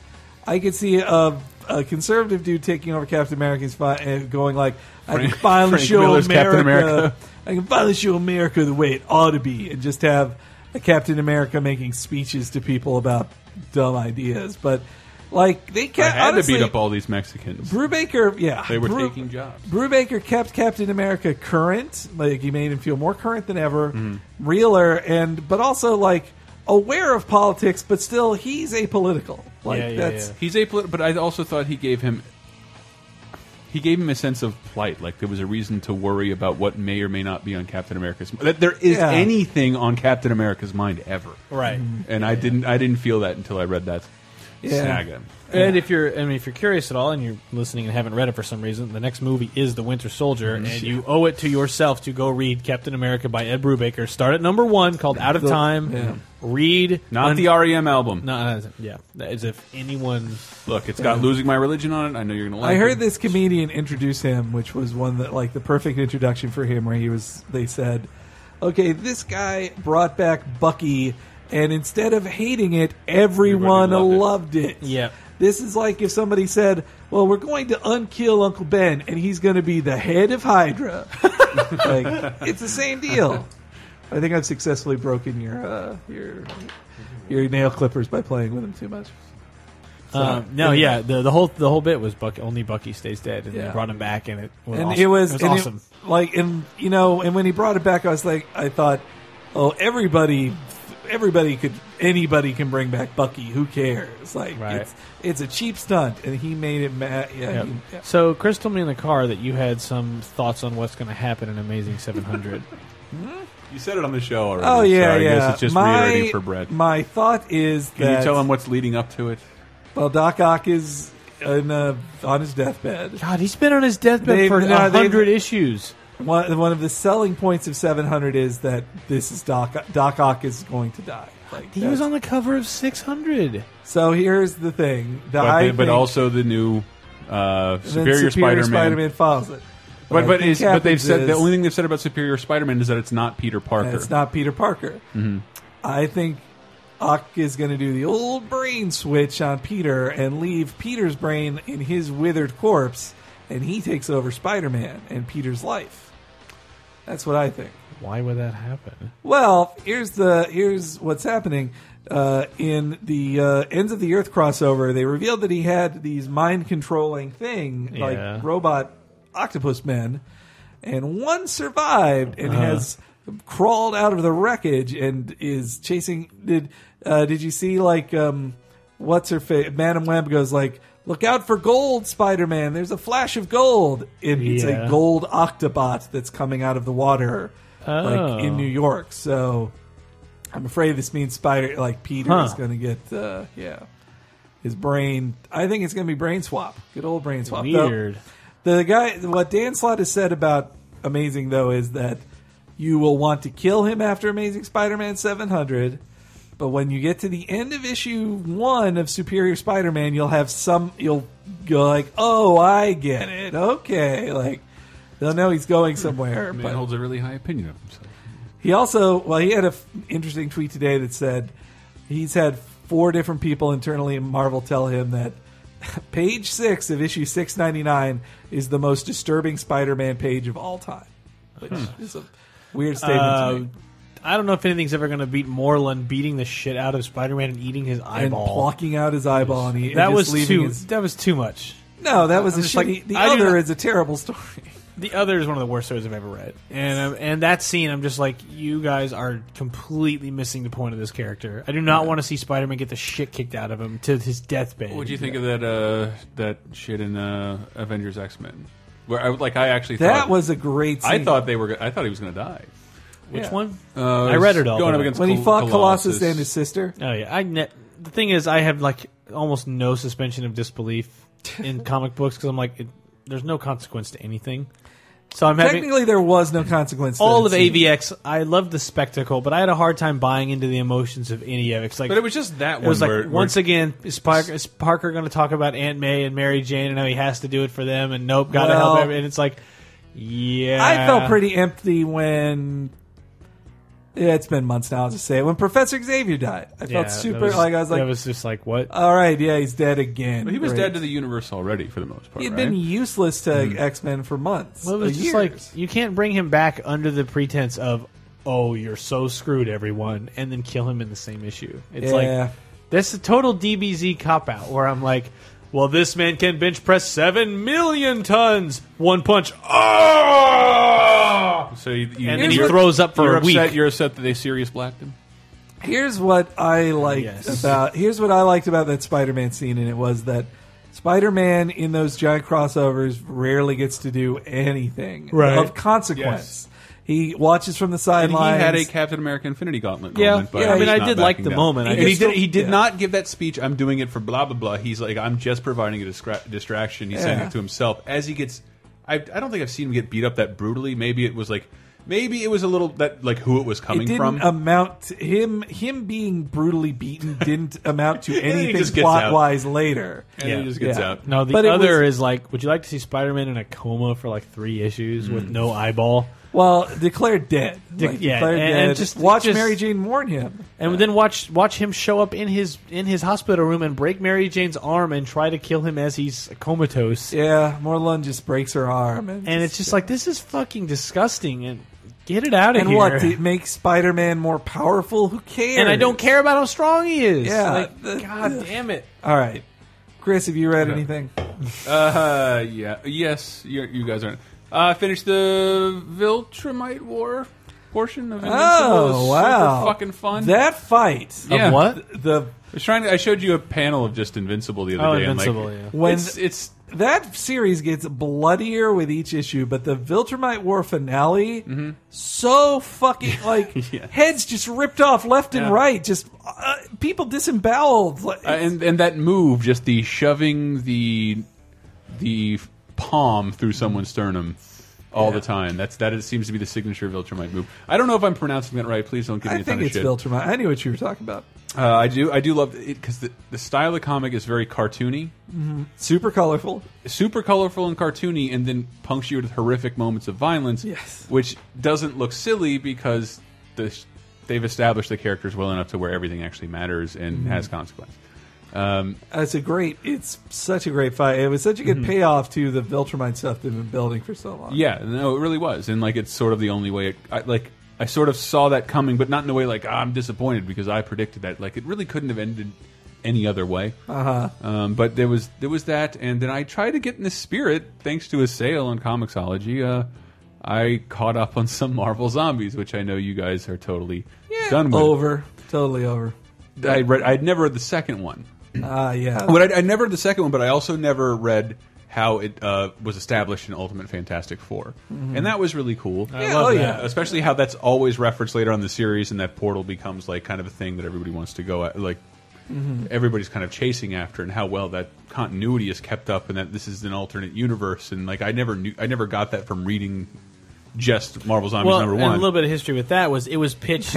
I could see a, a conservative dude taking over Captain America's fi- and going like, I can
Frank-
finally
Frank
show
Miller's
America,
Captain America.
I can finally show America the way it ought to be, and just have a Captain America making speeches to people about dumb ideas. But like they
I
can't
had
honestly,
to beat up all these Mexicans.
Brubaker, yeah,
They were
Bru-
taking jobs.
Brubaker kept Captain America current, like he made him feel more current than ever,
Mm-hmm.
realer, and but also like aware of politics, but still he's apolitical. Like
Yeah, yeah,
that's
yeah.
He's apolitical, but I also thought he gave him he gave him a sense of plight. Like there was a reason to worry about what may or may not be on Captain America's that there is
Yeah.
anything on Captain America's mind ever.
right.
Mm-hmm.
And I didn't I didn't feel that until I read that
Yeah.
saga.
And if you're, I mean, if you're curious at all and you're listening and haven't read it for some reason, the next movie is The Winter Soldier,
Mm-hmm.
and you owe it to yourself to go read Captain America by Ed Brubaker. Start at number one, called Out of
The-
Time.
yeah.
Read
Not
un-
the REM album.
No, uh, yeah, as if anyone.
Look, it's got losing my religion on it. I know you're gonna like.
I
it.
heard this comedian introduce him, which was one that like the perfect introduction for him, where he was. They said, "Okay, this guy brought back Bucky, and instead of hating it, everyone
Everybody
loved, it.
Yep.
this is like if somebody said, "Well, we're going to unkill Uncle Ben, and he's going to be the head of Hydra." like, it's the same deal. I think I've successfully broken your uh, your your nail clippers by playing with them too much.
Uh, no, yeah, the, the whole the whole bit was Bucky, only Bucky stays dead, and
Yeah.
they brought him back, and it was
and
awesome.
it was, and it-
awesome.
like, and you know, and when he brought it back, I was like, I thought, oh, everybody, everybody could, anybody can bring back Bucky. Who cares? Like,
Right.
it's it's a cheap stunt, and he made it mad. Yeah,
Yep.
he- yeah.
So, Chris told me in the car that you had some thoughts on what's going to happen in
[LAUGHS]
Amazing 700.
You said it on the show already.
Oh yeah,
so I
yeah.
guess it's just
my,
reiterating for Brett.
My thought is
Can
that
you tell him what's leading up to it?
well, Doc Ock is in, uh, on his deathbed.
God, he's been on his deathbed
They've-
for a
no, they've-
100 issues.
One, one of the selling points of 700 is that this is Doc. Doc Ock is going to die. Like
He was
that's-
on the cover of 600.
So here's the thing. The
But,
I
the- but
think-
also the new uh,
then
Superior, Spider-Man.
Spider-Man files it.
But
I
but,
think
is, but they've
happens
said the
is
only thing they've said about Superior Spider-Man is that it's not Peter Parker.
that it's not Peter Parker.
Mm-hmm.
I think Ock is going to do the old brain switch on Peter and leave Peter's brain in his withered corpse, and he takes over Spider-Man and Peter's life. That's what I think.
Why would that happen?
Well, here's the here's what's happening. Uh, in the uh, ends of the Earth crossover, they revealed that he had these mind controlling thing
Yeah.
like robot octopus men, and one survived and
Uh-huh.
has crawled out of the wreckage and is chasing. Did uh, did you see like um, what's her face? Madam Web goes like, "Look out for gold, Spider Man! There's a flash of gold." And it's
Yeah.
a gold octobot that's coming out of the water like in
Oh.
New York. So I'm afraid this means Spider like Peter
Huh.
is going to get uh, yeah his brain. I think it's going to be brain swap. Good old brain swap. Though,
Weird.
the guy, what Dan Slott has said about Amazing though is that you will want to kill him after Amazing Spider-Man 700. But when you get to the end of issue one of Superior Spider-Man, you'll have some. You'll go like, "Oh, I get it. Okay." Like they'll know he's going
[LAUGHS]
somewhere.
Man
but
holds a really high opinion of himself.
he also, well, he had an interesting tweet today that said he's had four different people internally at Marvel tell him that [LAUGHS] page six of issue 699 is the most disturbing Spider Man page of all time, which is a weird statement
Hmm. Uh,
to make.
I don't know if anything's ever going to beat Moreland beating the shit out of Spider-Man and eating his
And
eyeball.
plucking out his eyeball, and he and
that
just
was
leaving
too.
his-
That was too much.
no, that was a
just like,
shitty. the
I do
other
not- Uh,
is a terrible
[LAUGHS]
story.
The other is one of the worst stories I've ever read, and um, and that scene, I'm just like, you guys are completely missing the point of this character. I do not want to see Spider-Man get the shit kicked out of him to his deathbed.
What do you think of that uh, that shit in uh, Avengers X Men? Where I like I actually
That
thought,
was a great. Scene.
I thought they were go- I thought he was going to die.
Which
yeah.
one?
Uh,
I read it all,
Going
but-
up against
when he
Col-
fought Colossus. and his sister.
Oh yeah, I ne- the thing is, I have like almost no suspension of disbelief
[LAUGHS]
in comic books because I'm like, it, there's no consequence to anything. So I'm having
Technically, there was no consequence. to
all
that
of
scene.
AVX. I love the spectacle, but I had a hard time buying into the emotions of any of it. 'Cause, Like,
But it was just that
it
one.
was like
where,
once
where,
again, is Parker, is Parker going to talk about Aunt May and Mary Jane and how he has to do it for them? And nope, got to
Well-
help every- And it's like, yeah,
I felt pretty empty when. Yeah, it's been months now. I'll just say it. When Professor Xavier died, I
Yeah,
felt
that
super. like I was like,
that was just like what?
all right, yeah, he's dead again.
but he was
Great.
dead to the universe already for the most part.
He had
right?
been useless to X Men for months.
Hmm. Well, it was
uh,
just
years.
like you can't bring him back under the pretense of, oh, you're so screwed, everyone, and then kill him in the same issue. It's
Yeah.
like that's a total DBZ cop out where I'm like, well, this man can bench press seven million tons, one punch, ah!
So you, you,
and then he
you're-
throws up for
you're
a week.
upset, You're upset that they serious blacked him.
here's what I liked
Yes.
about here's what I liked about that Spider Man scene, and it was that Spider Man in those giant crossovers rarely gets to do anything
Right.
of consequence. He watches from the
And he
sidelines.
had a Captain America Infinity Gauntlet.
Yeah.
moment, but
Yeah, I mean,
he's
I
not
did like
backing
the
down.
moment. I
And he
just
did.
don't-
He did
yeah.
not give that speech. I'm doing it for blah blah blah. He's like, I'm just providing a discra- distraction. He's saying
Yeah.
it to himself as he gets. I, I don't think I've seen him get beat up that brutally. Maybe it was like, maybe it was a little that like who it was
it
coming
didn't um,
from.
amount to him him being brutally beaten
[LAUGHS]
didn't amount to
then he
anything
just gets
plot
out.
wise later.
and then
Yeah.
he just gets
Yeah.
out.
No, the
But it
other
was-
is like, would you like to see Spider-Man in a coma for like three issues with
Mm.
no eyeball?
Well, declared dead.
De- yeah,
declared
and-
dead.
and just-
watch
just-
Mary Jane warn him.
And then watch watch him show up in his in his hospital room and break Mary Jane's arm and try to kill him as he's comatose.
Yeah, Morlun just breaks her arm, and,
And it's just like this is fucking disgusting and get it out of
[LAUGHS] and
here.
what it makes Spider Man more powerful? Who cares?
[LAUGHS] and I don't care about how strong he is.
Yeah,
Like,
the-
God
ugh.
damn it.
All right, Chris, have you read anything?
Uh, yeah. Yes, you, you guys aren't. Uh, finished the Viltrumite War portion of Invincible. It was
Oh
super
wow,
fucking fun.
That fight,
Yeah.
Of what?
the
I was trying to. I showed you a panel of just Invincible the other
Oh,
day.
Invincible,
and
yeah.
like,
When-
it's, it's
that series gets bloodier with each issue, but the Viltrumite War finale, so
[LAUGHS]
fucking like
Mm-hmm. Yeah.
heads just ripped off left and
Yeah.
right, just uh, people disemboweled. Like,
uh, and and that move, just the shoving the the palm through someone's sternum all the time. That's that is, seems to be the signature Viltrumite move. I don't know if I'm pronouncing that right. Please don't give me a
I
ton
think
of
it's
shit.
Viltrumite. I knew what you were talking about.
Uh, I do I do love it because the, the style of comic is very cartoony,
Super colorful.
super colorful and cartoony, and then punctuated with horrific moments of violence.
Yes.
which doesn't look silly because the they've established the characters well enough to where everything actually matters and
Mm-hmm.
has consequence. Um,
It's a great. It's such a great fight. It was such a good payoff to the Viltrumite stuff they've been building for so long.
Mm-hmm. Yeah, no, it really was, and like it's sort of the only way. It, I, like I sort of saw that coming, but not in a way like "Ah, I'm disappointed because I predicted that. Like it really couldn't have ended any other way.
Uh-huh.
Um, but there was there was that, and then I tried to get in the spirit thanks to a sale on Comixology. Uh, I caught up on some Marvel Zombies, which I know you guys are totally done with.
Over. Totally over.
I read, I'd never read the second one.
Ah, yeah.
But I, I never read the second one, but I also never read how it uh, was established in Ultimate Fantastic 4
Mm-hmm.
and that was really cool.
Yeah, love oh, that. yeah.
especially how that's always referenced later on in the series, and that portal becomes like kind of a thing that everybody wants to go at, like.
Mm-hmm.
Everybody's kind of chasing after, and how well that continuity is kept up, and that this is an alternate universe, and like I never knew, I never got that from reading just Marvel Zombies
Well,
number
and
one.
a little bit of history with that was it was
[LAUGHS]
pitched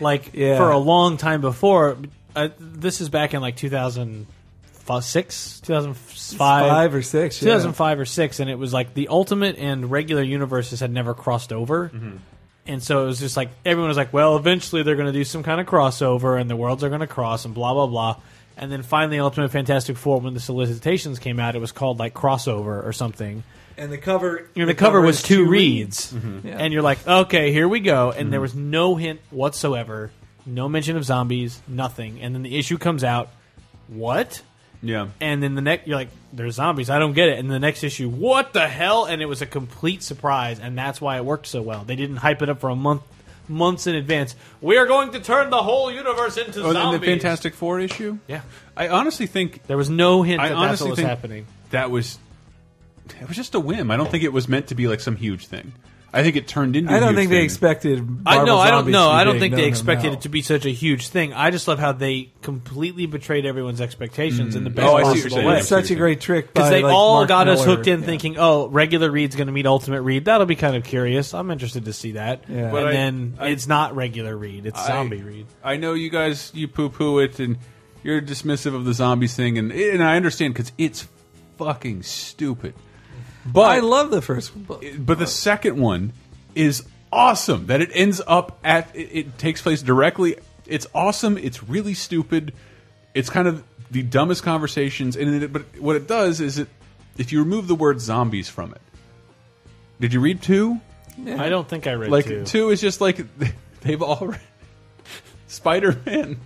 like
Yeah.
for a long time before. Uh, this is back in like 2006, 2005,
Five or six, yeah.
Mm-hmm.
2005 or six, and it was like the Ultimate and regular universes had never crossed over. And so it was just like everyone was like, well, eventually they're going to do some kind of crossover, and the worlds are going to cross, and blah blah blah. And then finally, Ultimate Fantastic Four, when the solicitations came out, it was called like crossover or something.
And the cover,
And the, cover, was
is
two reads,
Yeah.
and you're like, okay, here we go. And
Mm-hmm.
there was no hint whatsoever, no mention of zombies, nothing. And then the issue comes out, what?
Yeah.
And then the next, you're like, "There's zombies. I don't get it." And the next issue, what the hell? And it was a complete surprise, and that's why it worked so well. They didn't hype it up for a month, months in advance. We are going to turn the whole universe into
Oh, and
zombies.
the Fantastic Four issue.
Yeah.
I honestly think
There was no hint
I
that that's
honestly
what was
think
happening.
that was it was just a whim. I don't think it was meant to be like some huge thing. I think it turned into.
I
a
don't
huge
think
thing.
they expected.
I
Marvel
no, I don't
Zombies
know.
to be
I don't
big.
think
No,
they
no,
expected
no.
it to be such a huge thing. I just love how they completely betrayed everyone's expectations in the best
Oh, I see what you're
possible
saying.
way.
It's such a great trick
Because
by,
they
like,
all
Mark
got us
Miller.
hooked in
Yeah.
thinking, oh, regular Reed's going to meet Ultimate Reed. That'll be kind of curious. I'm interested to see that.
Yeah.
And
But
I-
then it's not regular Reed. It's
I-
zombie Reed.
I know you guys you poo poo it and you're dismissive of the zombies thing and and I understand because it's fucking stupid. But
I love the first book.
but the second one is awesome that it ends up at it, it takes place directly it's awesome it's really stupid it's kind of the dumbest conversations and it, but what it does is it if you remove the word zombies from it did you read two
I don't think I read
like
two.
two, is just like [LAUGHS] they've all spider-man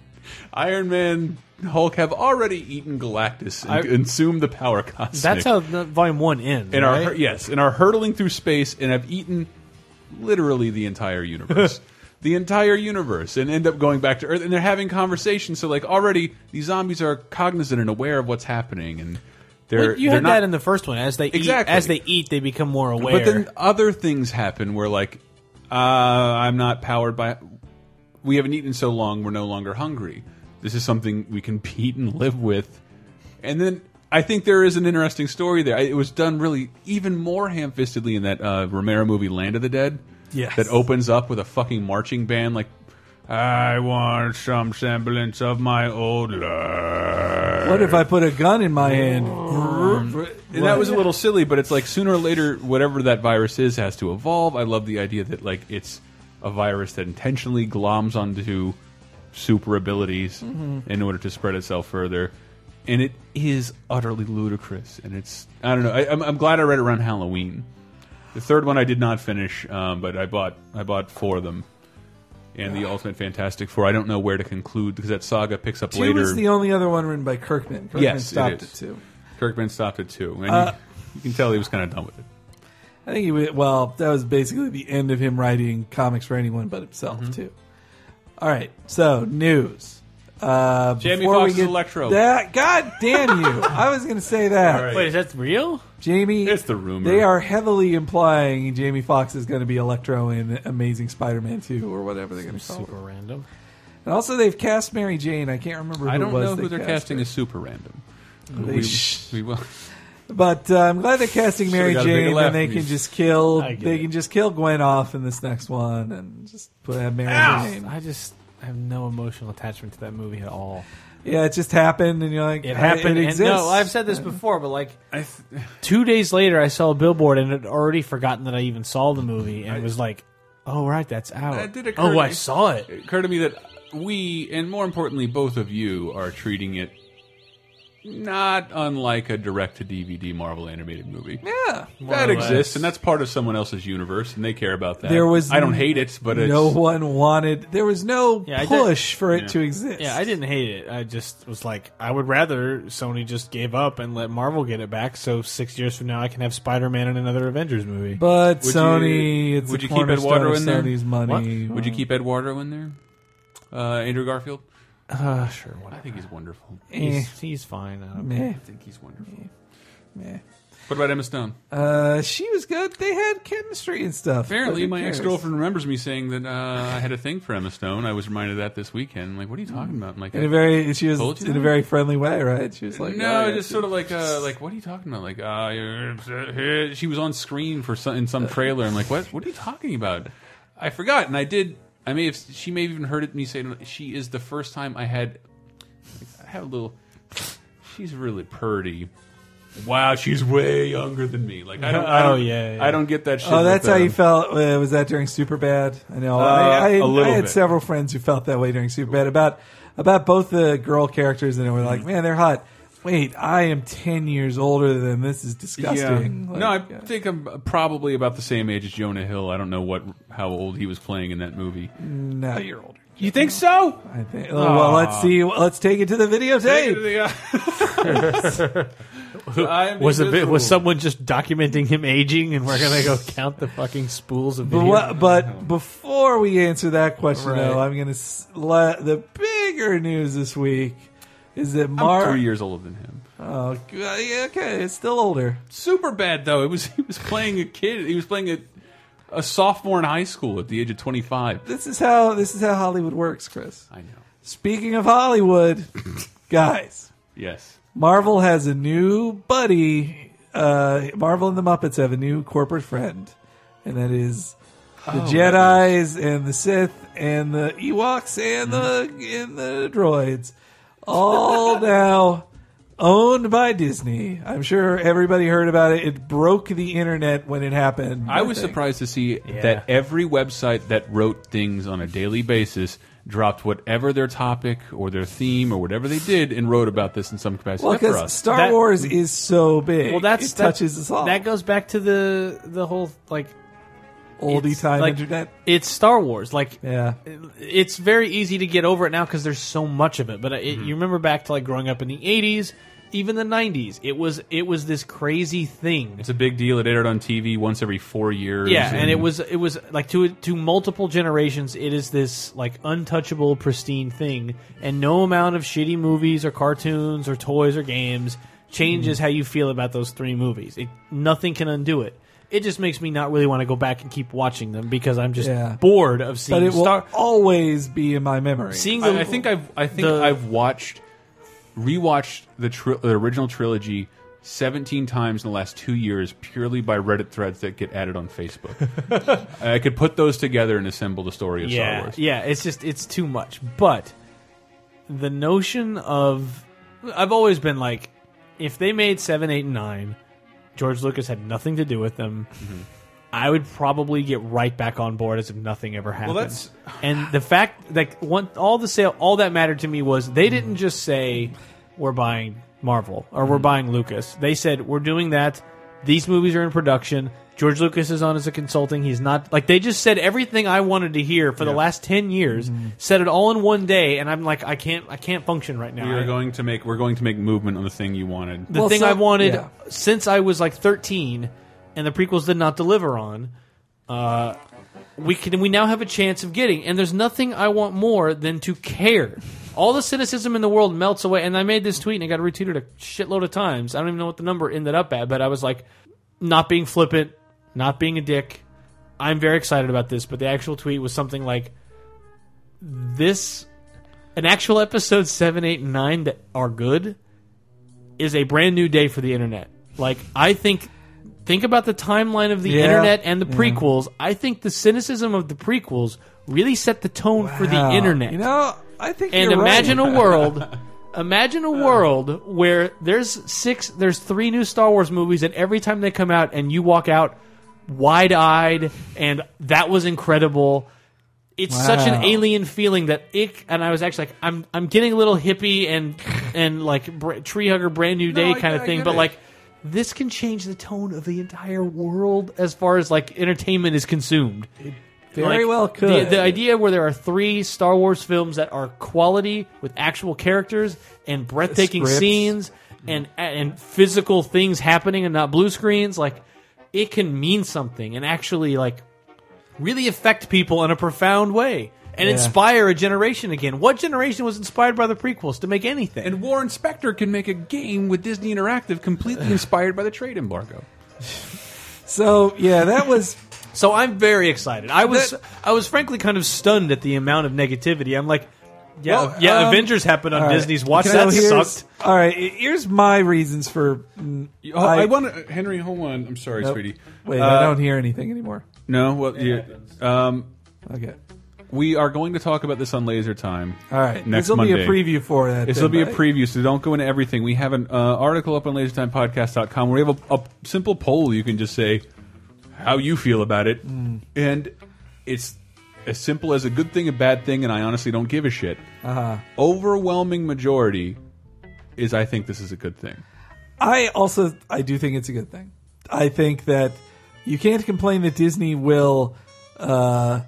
iron man hulk have already eaten galactus and
I-
consumed the power cosmic
That's how the, volume one ends.
and
right?
are yes, and are hurtling through space and have eaten literally the entire
[LAUGHS]
universe. the entire universe and end up going back to Earth and they're having conversations so like already these zombies are cognizant and aware of what's happening and they're
Well, you
they're
had
not,
that in the first one. As they
Exactly.
eat, as they eat, they become more aware.
but then other things happen where like uh, I'm not powered by we haven't eaten so long we're no longer hungry. This is something we can [LAUGHS] beat and live with. And then I think there is an interesting story there. I, it was done really even more ham-fistedly in that uh, Romero movie Land of the Dead.
Yes.
That opens up with a fucking marching band like I want some semblance of my old life.
What if I put a gun in my hand? And
Mm-hmm. And that was a little silly, but it's like sooner or later, whatever that virus is has to evolve. I love the idea that like it's a virus that intentionally gloms onto super abilities
Mm-hmm.
in order to spread itself further, and it is utterly ludicrous. And it's I don't know. I, I'm, I'm glad I read it around Halloween. The third one I did not finish, um, but I bought I bought four of them. And the Ultimate Fantastic Four. I don't know where to conclude because that saga picks up
Two
later.
is the only other one written by Kirkman. Kirkman
Yes, it
stopped
is.
it too.
Kirkman stopped at two, and
Uh,
you, you can tell he was kind of done with it.
I think he was, well, that was basically the end of him writing comics for anyone but himself
Mm-hmm.
too. All right, so news. Uh,
Jamie
before we
Foxx's
get
Electro.
That God damn you! I was going to say that.
All right.
Wait, is that real?
Jamie,
It's the rumor.
They are heavily implying Jamie Fox is going to be Electro in Amazing Spider-Man 2 or whatever they're going to call it.
Super random.
And also, they've cast Mary Jane. I can't remember. Who
I
it
don't
was
know
they
who they're
cast
casting
her.
as super random.
They
We,
sh-
we will.
But uh, I'm glad they're casting
Should've
Mary
got a bigger
Jane,
laugh
and they
from
can
you.
just kill.
I get
They
it.
can just kill Gwen off in this next one, and just put have Mary Jane.
I just have no emotional attachment to that movie at all.
Yeah, it just happened, and you're like,
It happened.
It
and
exists.
no, I've said this before, but like two days later, I saw a billboard and had already forgotten that I even saw the movie and was like, "Oh right, that's out."
That did occur
oh,
to
I
me.
saw it.
It occurred to me that we, and more importantly, both of you, are treating it not unlike a direct-to-DVD Marvel animated movie.
Yeah.
that
or
exists,
less.
and that's part of someone else's universe, and they care about that.
There was
I don't hate it, but it's,
no one wanted. There was no
Yeah, I did-
push for it
Yeah.
to exist.
Yeah, I didn't hate it. I just was like, I would rather Sony just gave up and let Marvel get it back. So six years from now, I can have Spider-Man in another Avengers movie.
But
Would
Sony,
you-
it's
would
a
you keep
cornerstone
Eduardo
of
in there?
Sony's money.
would you keep Eduardo in there? Uh, Andrew Garfield.
uh, sure,
I
whatever.
think he's wonderful.
Eh,
He's, he's fine. I don't
meh,
I think he's wonderful.
meh.
What about Emma Stone?
Uh, she was good. They had chemistry and stuff. but
Apparently,
who
my
cares?
ex girlfriend remembers me saying that uh, I had a thing for Emma Stone. I was reminded of that this weekend. I'm like, what are you talking about? I'm like,
in a very she was
Told you
in a
that.
very friendly way, right? She was like,
no,
"Oh, yeah,
just
she-
sort of like, uh, like, what are you talking about? Like, uh, you're- she was on screen for some,
[LAUGHS]
in some trailer. I'm like, what? What are you talking about? I forgot, and I did. I may have. She may have even heard it me say. She is the first time I had. I had a little. She's really pretty. wow, she's way younger than me. Like I
[LAUGHS]
don't, I
Oh,
don't
yeah, yeah.
I don't get that shit.
Oh, that's
with,
how
uh,
you felt. Uh, was that during Superbad? I know. I, I,
a little
I had
bit.
several friends who felt that way during Superbad about about both the girl characters, and they were like,
Mm-hmm.
"Man, they're hot." Wait, I am ten years older than them. This is disgusting.
no, I
Like, uh,
think I'm probably about the same age as Jonah Hill. I don't know what how old he was playing in that movie.
Mm.
no, you're older.
You think so?
I think. Oh, well, let's see. Let's take it to the videotape.
[LAUGHS] Was a bit was someone just documenting him aging, and we're gonna go count the fucking spools of
But,
video.
what, but before we answer that question,
Right.
though, I'm going to let the bigger news this week is that Mark.
three years older than him.
Oh, g- yeah, okay, it's still older.
Super bad though. It was he was playing a kid. He was playing a a sophomore in high school at the age of 25.
This is how this is how Hollywood works, Chris.
I know.
Speaking of Hollywood, [COUGHS] guys,
Yes.
Marvel has a new buddy. Uh, Marvel and the Muppets have a new corporate friend, and that is
Oh,
the Jedi's and the Sith and the Ewoks and the and the droids,
[LAUGHS]
all now owned by Disney. I'm sure everybody heard about it. It broke the internet when it happened.
I was
think.
surprised to see that every website that wrote things on a daily basis dropped whatever their topic or their theme or whatever they did and wrote about this in some capacity.
Well,
Not for
because
us.
Star
That-
Wars is so big.
well, that's
it touches
that,
us all.
That goes back to the the whole like
oldie
it's
time
like-
internet.
it's Star Wars. Like
Yeah.
it's very easy to get over it now because there's so much of it. But it, you remember back to like growing up in the '80s, even the '90s. It was it was this crazy thing.
it's a big deal. It aired on TV once every four years.
Yeah, and it was it was like to to multiple generations. It is this like untouchable, pristine thing, and no amount of shitty movies or cartoons or toys or games changes how you feel about those three movies. It, nothing can undo it. It just makes me not really want to go back and keep watching them because I'm just
Yeah.
bored of seeing
But it will
Star.
always be in my memory.
Seeing the,
I, I think I've I think
the-
I've watched rewatched the, tri the original trilogy 17 times in the last two years purely by Reddit threads that get added on
[LAUGHS]
Facebook. I could put those together and assemble the story of Star
yeah,
Wars.
yeah. It's just it's too much. But the notion of I've always been like, if they made seven, eight, and nine, George Lucas had nothing to do with them.
Mm-hmm.
I would probably get right back on board as if nothing ever happened.
that's-
and the fact that one, all the sale, all that mattered to me was they didn't just say we're buying Marvel or we're buying Lucas. They said we're doing that. These movies are in production. George Lucas is on as a consulting. He's not like they just said everything I wanted to hear for the last ten years. Said it all in one day, and I'm like, I can't, I can't function right now.
We are
I-
going to make we're going to make movement on the thing you wanted.
the
Well,
thing
so-
I wanted
yeah.
since I was like 13, and the prequels did not deliver on. Uh, we can we now have a chance of getting, and there's nothing I want more than to care. All the cynicism in the world melts away, and I made this tweet and I got retweeted a shitload of times. I don't even know what the number ended up at, but I was like, not being flippant, not being a dick. I'm very excited about this, but the actual tweet was something like, "This, an actual episode seven, eight, and nine that are good." is a brand new day for the internet. Like I think think about the timeline of the
Yeah.
internet and the prequels. I think the cynicism of the prequels really set the tone for the
Wow.
internet.
You know, I think.
and
you're
[LAUGHS]
imagine
right.
a world imagine a world where there's six there's three new Star Wars movies and every time they come out and you walk out wide-eyed and that was incredible. It's such an
Wow.
alien feeling that ick and I was actually like I'm I'm getting a little hippie and and like br- tree hugger brand new day
I-
kind
I
of thing
get
but
it.
like this can change the tone of the entire world as far as like entertainment is consumed.
very
Like,
well could.
The, the idea where there are three Star Wars films that are quality with actual characters and breathtaking
Scripts.
scenes and and physical things happening and not blue screens, like it can mean something and actually like really affect people in a profound way and
Yeah.
inspire a generation again. What generation was inspired by the prequels to make anything?
And Warren Spector can make a game with Disney
[SIGHS]
Interactive completely inspired by the trade embargo.
so yeah, that was.
So I'm very excited. I was
That-
I was frankly kind of stunned at the amount of negativity. I'm like, yeah,
Well,
yeah,
um,
Avengers happened on
all right.
Disney's watch.
So
That
here's-
sucked.
All right, here's my reasons for. mm,
Oh, I, want to, Henry. Hold on. I'm sorry,
Nope.
sweetie.
Wait,
Uh,
I don't hear anything anymore.
No, well, you, um,
Okay.
We are going to talk about this on Laser Time.
All right,
next
this will be a
Monday.
preview for that.
This will be
then, uh,
a
right?
preview, so don't go into everything. We have an uh, article up on lasertimepodcast.com where we have a, a simple poll you can just say how you feel about it.
Hmm.
And it's as simple as a good thing, a bad thing, and I honestly don't give a shit.
Uh-huh.
Overwhelming majority is I think this is a good thing.
I also I do think it's a good thing. I think that you can't complain that Disney will uh,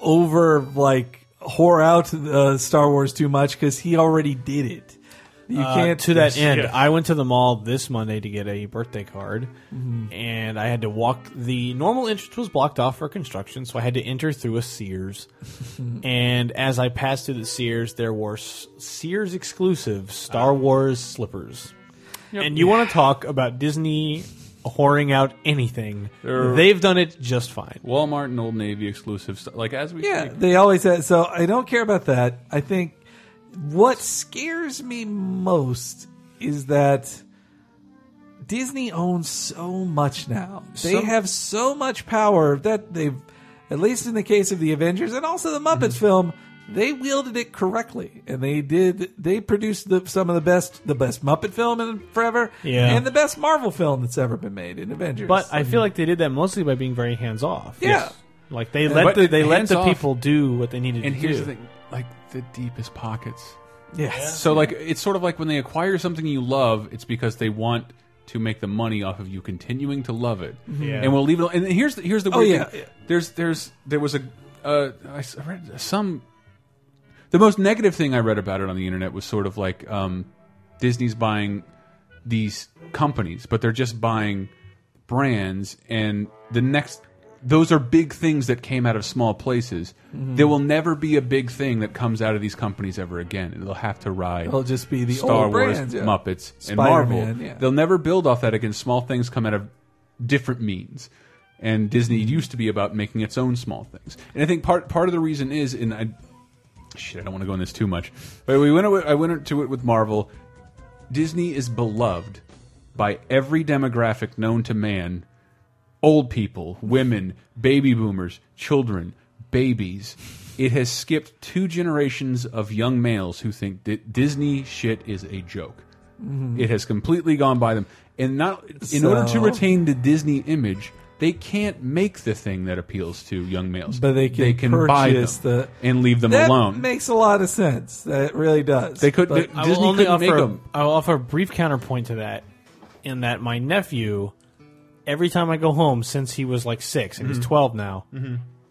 over like whore out uh, Star Wars too much because he already did it. You
Uh,
can't
to that end,
yeah.
I went to the mall this Monday to get a birthday card,
Mm-hmm.
and I had to walk. The normal entrance was blocked off for construction, so I had to enter through
[LAUGHS]
a Sears. and as I passed through the Sears, there were S- Sears exclusive
Uh.
Star Wars slippers. And you want to talk about Disney whoring out anything?
They're-
They've done it just fine.
Walmart and Old Navy exclusive stuff. Like, as we
Yeah,
speak,
they always said. So I don't care about that. I think what scares me most is that Disney owns so much now. They
Some-
have so much power that they've, at least in the case of the Avengers and also the Muppets film, they wielded it correctly, and they did. They produced the, some of the best, the best Muppet film in forever,
Yeah.
and the best Marvel film that's ever been made in Avengers.
But I feel like they did that mostly by being very hands off.
Yeah. Yes.
Like they
but
let the, they let
hands
the
off-
people do what they needed
and
to
here's
do.
the thing like, the deepest pockets.
yes,
So like it's sort of like when they acquire something you love, it's because they want to make the money off of you continuing to love it.
Yeah.
And we'll leave it. And here's the, here's the weird
yeah.
thing. There's there's there was a uh, I s- I read some the most negative thing I read about it on the internet was sort of like um, Disney's buying these companies, but they're just buying brands and the next those are big things that came out of small places. There will never be a big thing that comes out of these companies ever again. They'll have to ride
it'll just be the
Star
old
Wars,
brands, yeah.
Muppets, and
Spider-Man,
Marvel.
yeah.
They'll never build off that again. Small things come out of different means. And Disney
Mm-hmm.
used to be about making its own small things. And I think part part of the reason is, and I, shit, I don't want to go in this too much, but we went. I went into it with Marvel. Disney is beloved by every demographic known to man old people, women, baby boomers, children, babies. It has skipped two generations of young males who think that Disney shit is a joke. It has completely gone by them. And not in order to
Mm-hmm. So-
retain the Disney image, they can't make the thing that appeals to young males.
But they can
buy them
purchase the-
and leave them
that
alone.
makes a lot of sense. That really does.
they could
But-
they-
I will
Disney
only
couldn't make
offer.
them.
I will offer a brief counterpoint to that, in that my nephew, every time I go home since he was like six and he's
Mm-hmm.
twelve now,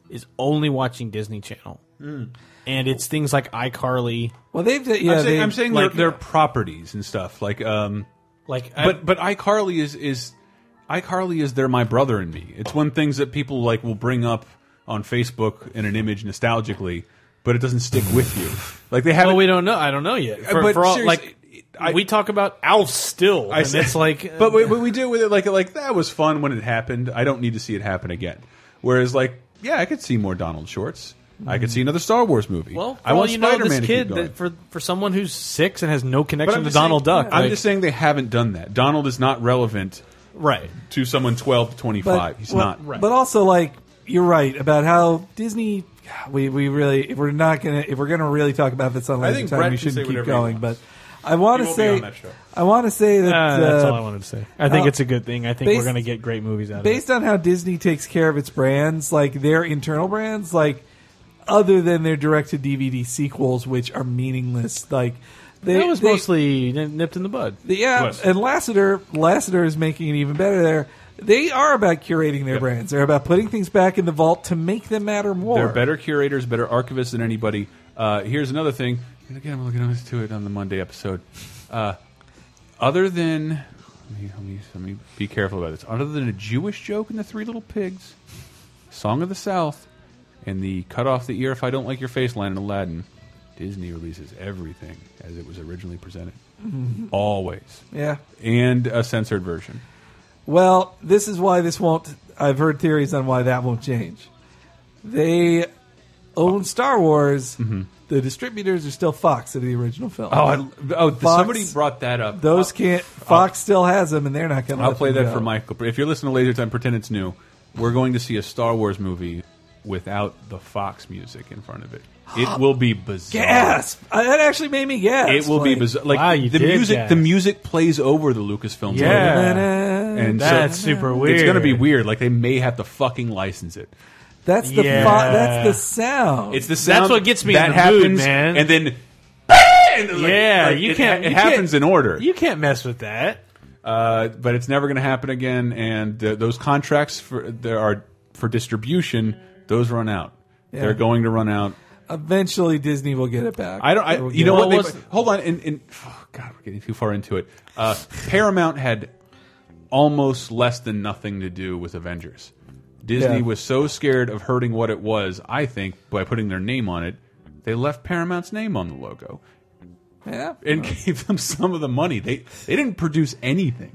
is only watching Disney Channel,
Mm.
and it's things like iCarly.
Well, they've yeah.
I'm saying,
they,
I'm saying
like-
their, their properties and stuff like um,
Like, I,
but but iCarly is is iCarly is there my brother and me. It's one things that people like will bring up on Facebook in an image nostalgically, but it doesn't stick with you. Like they haven't.
well, we don't know. I don't know yet. For,
but
for all,
seriously,
like,
I-
we talk about Alf still,
I
and
said-
it's like, uh,
but we, but we do with it like like that was fun when it happened. I don't need to see it happen again. Whereas like yeah, I could see more Donald Shorts. I could see another Star Wars movie.
Mm-hmm. well,
I
well,
want
you know,
Spider-Man
this
to keep
kid
going.
that for for someone who's six and has no
But I'm
connection to
just
Donald
saying-
Duck.
I'm
like-
just saying they haven't done that. Donald is not relevant [LAUGHS]
right.
to someone 12 to 25. He's
well,
not.
Right.
But also, like you're right about how Disney. We we really if we're not gonna if we're gonna really talk about this on
I
later
think
time,
Brett
we
can say
shouldn't keep
whatever he
going. But
wants.
I want to
He won't be
say
on that show.
I want to say that
Uh, that's all I
uh,
wanted to say. I think
uh,
it's a good thing. I think
based-
we're going to get great movies out of it.
based on how Disney takes care of its brands, like their internal brands, like other than their direct to DVD sequels, which are meaningless. Like they
That was
they-
mostly n- nipped in the bud.
The- Yeah,
Yes.
and Lassiter, Lassiter is making it even better there. They are about curating their brands. They're about putting things back in the vault to make them matter more.
They're better curators, better archivists than anybody. Uh, here's another thing. And again, I'm looking into it on the Monday episode. Uh, other than, let me, let, me, let me be careful about this. Other than a Jewish joke in the Three Little Pigs, Song of the South, and the cut off the ear if I don't like your face line in Aladdin, Disney releases everything as it was originally presented, Mm-hmm. always,
Yeah.
and a censored version.
Well, this is why this won't. I've heard theories on why that won't change. They own Star Wars. The distributors are still Fox of the original film.
Mm-hmm. Oh, I, oh!
Fox-
somebody brought that up.
those can't. Fox still has them, and they're not going to.
I'll play that for Michael. If you're listening to Laser Time, pretend it's new. We're going to see a Star Wars movie without the Fox music in front of it.
[GASPS]
It will be bizarre.
Gasp! Uh, that actually made me gasp.
It will be bizarre. Like
Wow, you
the
did
music,
gasp.
the music plays over the Lucasfilm.
Yeah.
logo.
And
And
That's
so
super weird.
It's going to be weird. Like they may have to fucking license it.
that's the
Yeah.
fo- that's the sound.
It's the sound
what gets me in
that
the
happens,
mood, man.
And then, and then, like-
Yeah,
like,
you
it-
can't-
It,
you
happens
can't-
in order,
You can't mess with that.
uh, but it's never going to happen again. And uh, those contracts for there are for distribution; those run out. They're going to run out.
Eventually, Disney will get it back.
I don't. I,
They will get
you know
it
what?
back.
They, hold on. And, and oh God, we're getting too far into it. Uh, Paramount had almost less than nothing to do with Avengers. Disney
Yeah.
was so scared of hurting what it was. I think by putting their name on it, they left Paramount's name on the logo
Yeah.
and [LAUGHS] gave them some of the money. They they didn't produce anything.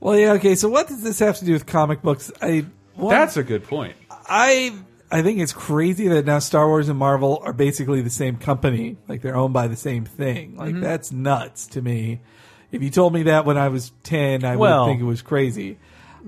Well, yeah. Okay. So, what does this have to do with comic books? I one,
That's a good point.
I I think it's crazy that now Star Wars and Marvel are basically the same company, like they're owned by the same thing. Like
Mm-hmm.
that's nuts to me. If you told me that when I was ten, I
Well-
would think it was crazy.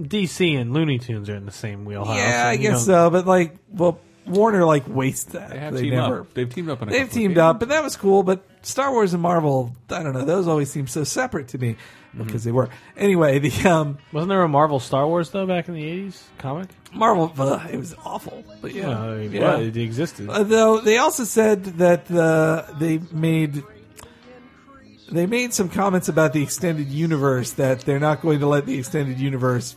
DC and Looney Tunes are in the same wheelhouse.
yeah, I
and, you
guess uh,
know,
so. But like, well, Warner like wastes that.
They have
They
teamed
never.
up. They've teamed up. On a
They've
couple of
teamed
games.
up, and that was cool. But Star Wars and Marvel, I don't know. Those always seem so separate to me
Mm-hmm.
because they were. Anyway, the um,
Wasn't there a Marvel Star Wars though back in the eighties comic?
Marvel, uh, it was awful. But yeah,
Well, it,
yeah.
was, it existed.
Uh, though they also said that the, they made they made some comments about the extended universe that they're not going to let the extended universe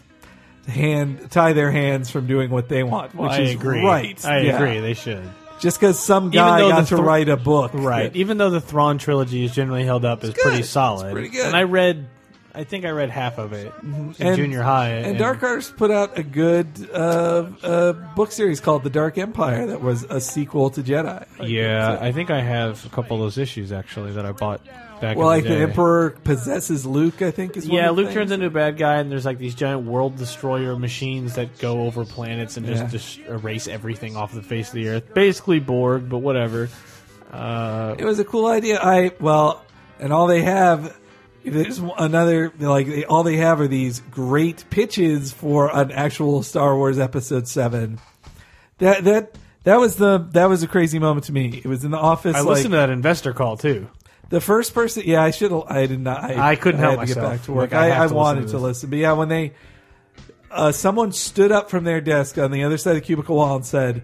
hand tie their hands from doing what they want, which
I
is
agree.
right.
I
Yeah.
agree. They should.
Just because some
Even
guy
though
got
the
to
thr-
write a book,
Right.
that-
Even though the Thrawn trilogy is generally held up as
good.
pretty
It's
solid.
pretty good. Mm-hmm.
And I read I think I read half of it in
And-
junior high.
And Dark Horse put out a good uh, uh, book series called The Dark Empire that was a sequel to Jedi.
Yeah, I think I have a couple of those issues actually that I bought back
Well,
in
like
the
the
day.
Emperor possesses Luke, I think is one
Yeah,
of the
Luke turns
things.
into a bad guy, and there's like these giant world destroyer machines that go over planets and just
Yeah.
dis- erase everything off the face of the earth. Basically Borg, but whatever. Uh,
It was a cool idea. I well, and all they have there's another like they, all they have are these great pitches for an actual Star Wars Episode Seven. That that that was the that was a crazy moment to me. It was in the office.
I
like,
listened to that investor call too.
the first person. Yeah, I should. I did not. I,
I couldn't
had
help
to get
myself.
back to work.
Like,
I,
I have
I
to listen
wanted
to
to
this.
listen, but yeah, when they uh, someone stood up from their desk on the other side of the cubicle wall and said,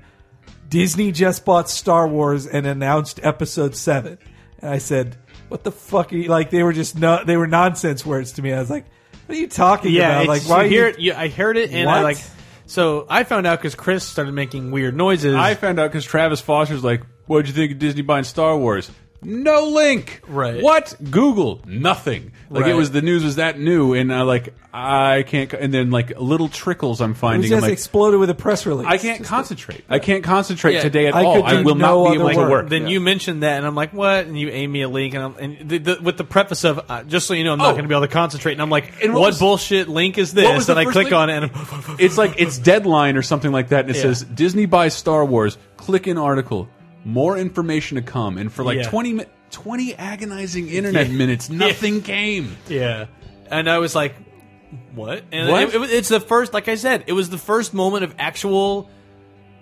"Disney just bought Star Wars and announced Episode 7. and I said, "What the fuck?" Are you, like they were just no, they were nonsense words to me. I was like, "What are you talking
Yeah,
about?" Like,
it's-
why are
you hear
you?
it? You, I heard it, and I
What?
like. So I found out because Chris started making weird noises.
I found out because Travis Foster's like, "What'd you think of Disney buying Star Wars?" No link.
Right.
What? Google nothing. Like
Right.
it was the news was that new, and I like I can't. And then like little trickles I'm
It
finding.
just
I'm like,
exploded with a press release.
I can't concentrate. I can't concentrate
Yeah.
today at
I
all.
could
I
do
will
no
not be
other
able to
work.
work.
Then you mentioned that, and I'm like, "What?" And you aimed me a link, and, I'm, and the, the, with the preface of, uh, "Just so you know, I'm
Oh.
not going to be able to concentrate." And I'm like,
And
what,
what was-
bullshit link is
What was
this?"
the
And I
first
click
link?
on it, and [LAUGHS]
it's like it's deadline or something like that, and it
Yeah.
says Disney buys Star Wars. Click an article. More information to come, and for like
Yeah.
20, mi- 20 agonizing internet
[LAUGHS]
minutes, nothing came.
yeah, and I was like, "What?" And
What?
It, it was- it's the first, like I said, it was the first moment of actual.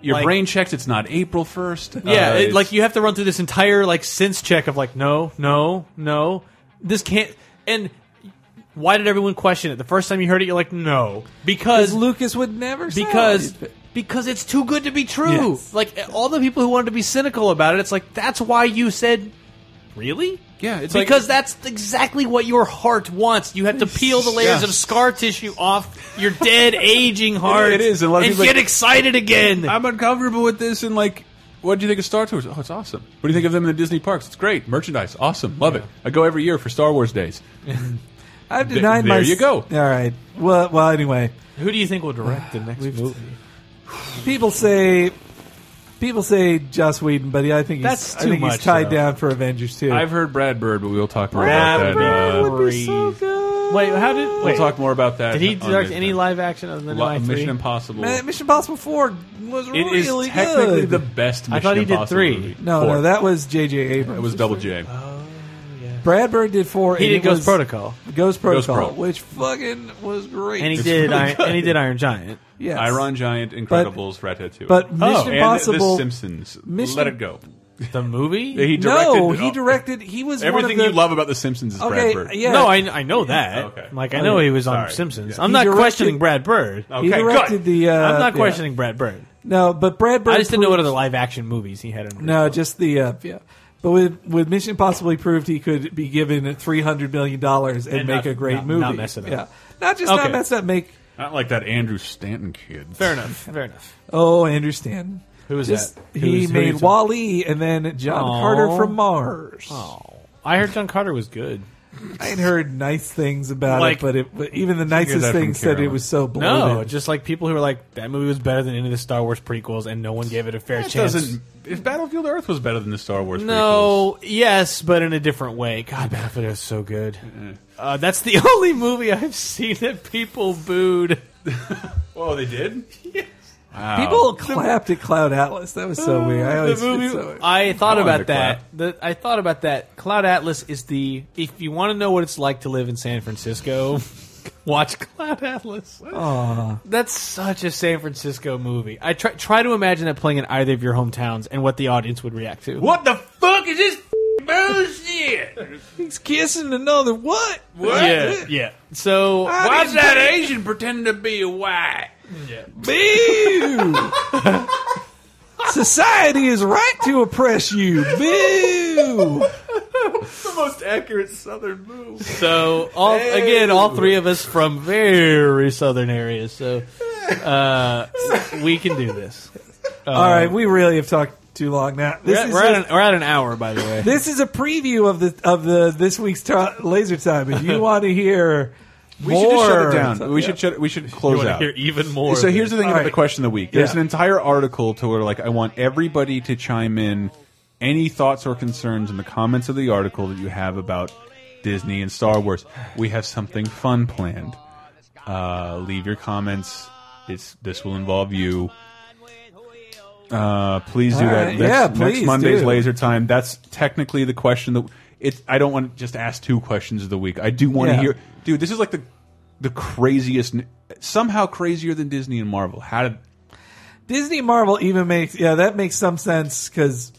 Your
Like-
brain checks. It's not April [LAUGHS] first.
Yeah, it, like you have to run through this entire like sense check of like, no, no, no, this can't. And why did everyone question it? The first time you heard it, you're like, no, because
Because Lucas would never. sell
because
these-
because it's too good to be true.
Yes.
Like all the people who wanted to be cynical about it, it's like that's why you said really.
Yeah, it's like-
because that's exactly what your heart wants. You have to peel the layers
Yeah.
of scar tissue off your
[LAUGHS]
dead, aging heart.
it is, and a lot of
and
people
get
like-
excited again.
I'm uncomfortable with this. And like, what do you think of Star Tours? Oh, it's awesome. What do you think of them in the Disney parks? It's great. Merchandise, awesome. Love it. I go every year for Star Wars days.
I've denied
there
my.
you go.
All right. Well, well. Anyway,
who do you think will direct
Ah,
the next
We've-
movie?
people say people say Joss Whedon, but yeah, I think he's,
That's
I
too
think
much,
he's tied
though.
down for Avengers too.
I've heard Brad Bird, but we'll talk more
Brad
about that.
Bird.
uh,
would be so
Breeze.
good.
Wait, how did
we'll
wait,
talk more about that.
Did he
on
direct
this
any
then.
live action other than
Lo-
I three?
Mission Impossible?
Man, Mission Impossible Four was
it is
really
technically
good.
the best. Mission
I thought he did
Impossible
three.
movie.
no,
Four.
no, that was J.J. Abrams.
it was Double J.
Oh, yeah.
Brad Bird did four.
He
and
did
it
Ghost
was
Protocol,
Ghost Protocol,
Protocol.
which fucking was great.
and he did
really
Iron, and he did Iron Giant.
yes.
Iron Giant, Incredibles, Ratatouille.
But Mission
oh,
Impossible-
and The Simpsons.
Mission-
Let it go.
The movie?
He directed.
no, he directed. He was one of
everything
the-
you love about The Simpsons is
Okay,
Brad Bird.
yeah.
No, I, I know that.
Oh, Okay.
Like I know he was on
Sorry.
Simpsons.
Yeah.
I'm
He
not
directed-
questioning Brad Bird.
Okay.
He
good.
directed the. Uh,
I'm not
yeah.
questioning Brad Bird.
No, but Brad Bird.
I just didn't know
proved-
what other live action movies he had. In
No, just the uh, yeah. But with with Mission Impossible, he proved he could be given three hundred million dollars and,
And
make
not-
a great
not-
movie.
not mess it up.
Yeah, not just not
Okay.
mess up. Make
Not like that Andrew Stanton kid.
fair enough. Fair enough.
oh, I understand.
Who was
Just-
that? Who
he
was- who
made
was-
Wally and then John
Aw.
Carter from Mars.
Oh, I heard John Carter was good.
I had heard nice things about
Like-
it, but it, but even the nicest
that from
things said it
Carolyn.
was so bloated.
No, just like people who were like that movie was better than any of the Star Wars prequels, and no one gave it a fair
That
chance.
doesn't. If Battlefield Earth was better than the Star Wars,
No, yes, but in a different way. God, Benefit is so good. Uh, that's the [LAUGHS] only movie I've seen that people booed.
prequels. Oh, they [LAUGHS] did. Wow.
People clapped at Cloud Atlas. That was so weird. I
Uh, the
always
movie.
it's so-
I thought
I wanted
about
to
that. The, I thought about that. Cloud Atlas is the. If you want to know what it's like to live in San Francisco, [LAUGHS] watch Cloud Atlas.
Aw.
That's such a San Francisco movie. I try try to imagine that playing in either of your hometowns and what the audience would react to.
What the fuck is this f***ing [LAUGHS] bullshit?
He's kissing another what?
What?
Yeah, yeah. So
Why's that Asian pretending to be a white?
Boo! [LAUGHS] Society is right to oppress you. Boo!
Uh-huh.
The most accurate Southern move.
So all again, all three of us from very southern areas. So uh, we can do this.
All right, we really have talked too long now. This
We're at,
is
we're
a,
at an, we're at an hour, by the
[LAUGHS]
way.
this is a preview of the of the this week's ta- laser time. If
[LAUGHS]
you want to hear
We
more,
should just shut it down. We should shut. We should close out.
even more?
So here's the thing
All
about
right.
the question of the week. There's
Yeah.
an entire article to where like I want everybody to chime in any thoughts or concerns in the comments of the article that you have about Disney and Star Wars. We have something fun planned. Uh, leave your comments. It's this will involve you. Uh, please do
All
that.
right.
Next,
Yeah,
next
please
Monday's
do.
laser time. That's technically the question that it's. I don't want to just ask two questions of the week. I do want to
Yeah.
hear, dude. This is like the the craziest, somehow crazier than Disney and Marvel. How did?
Disney and Marvel even makes yeah that makes some sense because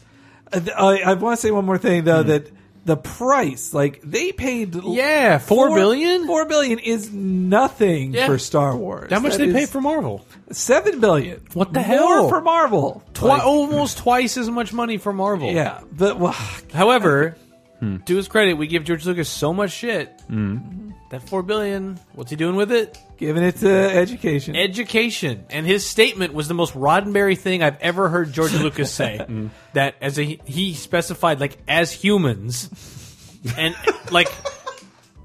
I, I want to say one more thing though that the price like they paid l-
Hmm. yeah, four billion.
four billion is nothing
Yeah.
for Star Wars.
How much
That
they pay
is
for Marvel?
seven billion?
What the
More
hell?
for Marvel?
Twi- almost twice as much money for Marvel.
Yeah, but well, [SIGHS]
[LAUGHS] However, to his credit, we give George Lucas so much shit. That four billion. What's he doing with it?
giving it to education.
education. And his statement was the most Roddenberry thing I've ever heard George Lucas say. that as a he specified like as humans, and like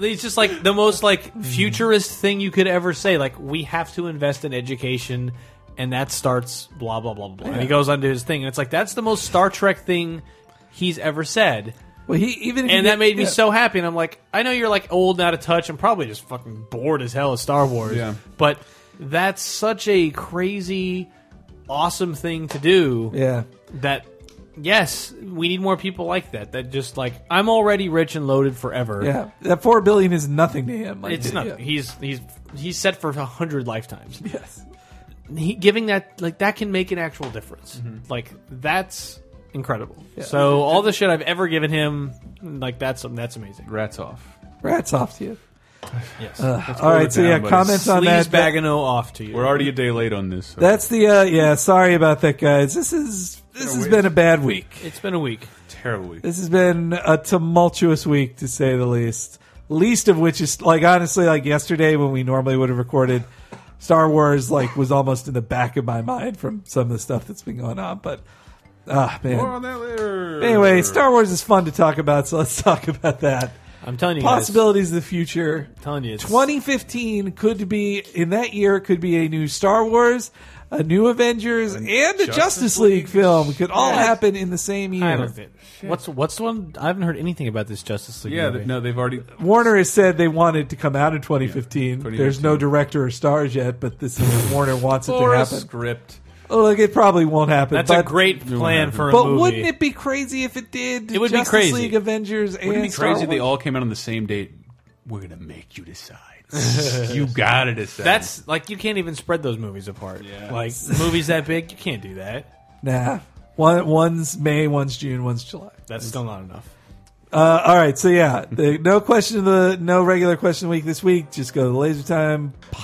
it's just like the most like futurist thing you could ever say. Like we have to invest in education, and that starts blah blah blah blah. And he goes on to his thing, and it's like that's the most Star Trek thing he's ever said.
well, he even if
And
you
that
get-
made me
yeah.
so happy. And I'm like, I know you're like old and out of touch and probably just fucking bored as hell of Star Wars.
Yeah.
But that's such a crazy, awesome thing to do
yeah.
that, yes, we need more people like that. That just like, I'm already rich and loaded forever.
Yeah, that four billion is nothing to him. Like,
It's not.
yeah.
He's he's he's set for a hundred lifetimes.
Yes.
He, giving that like that can make an actual difference.
Mm-hmm.
Like that's incredible. So all the shit I've ever given him, like that's that's amazing.
Rats off.
Rats off to you.
Yes.
All right,
it
so
down,
yeah,
buddy.
comments on that.
Bagano off to you.
We're already a day late on this. so-
That's the uh, yeah. Sorry about that, guys. This is this has
week.
been a bad week.
It's been a week.
terrible. Week.
This has been a tumultuous week to say the least. Least of which is like honestly, like yesterday when we normally would have recorded, Star Wars like was almost in the back of my mind from some of the stuff that's been going on. But ah man.
More on that later.
Anyway, Star Wars is fun to talk about, so let's talk about that.
I'm telling you, guys,
Possibilities of the future.
I'm telling you, it's,
2015 could be in that year could be a new Star Wars, a new Avengers, and a
Justice
Justice, League, film could all
Yeah.
happen in the same year.
I don't think. What's what's the one? I haven't heard anything about this Justice League.
Yeah.
movie.
th- no, they've already.
Warner has said they wanted to come out in 2015. There's no director or stars yet, but this is Warner wants it to
Or a
happen.
script.
Oh, look, it probably won't happen.
That's a
but,
great plan for a
But
movie.
wouldn't it be crazy if it did?
It would be
Justice
crazy.
League, Avengers, and
Wouldn't it be
Star
crazy? They
Wars?
all came out on the same date. We're gonna make you
[LAUGHS]
decide. you gotta decide.
That's like you can't even spread those movies apart.
[LAUGHS]
Yeah.
Like movies that big, you can't do that.
Nah. One, one's May, one's June, one's July.
That's still not enough.
Uh, all right, so yeah, the, no question of the no regular question of the week this week. Just go to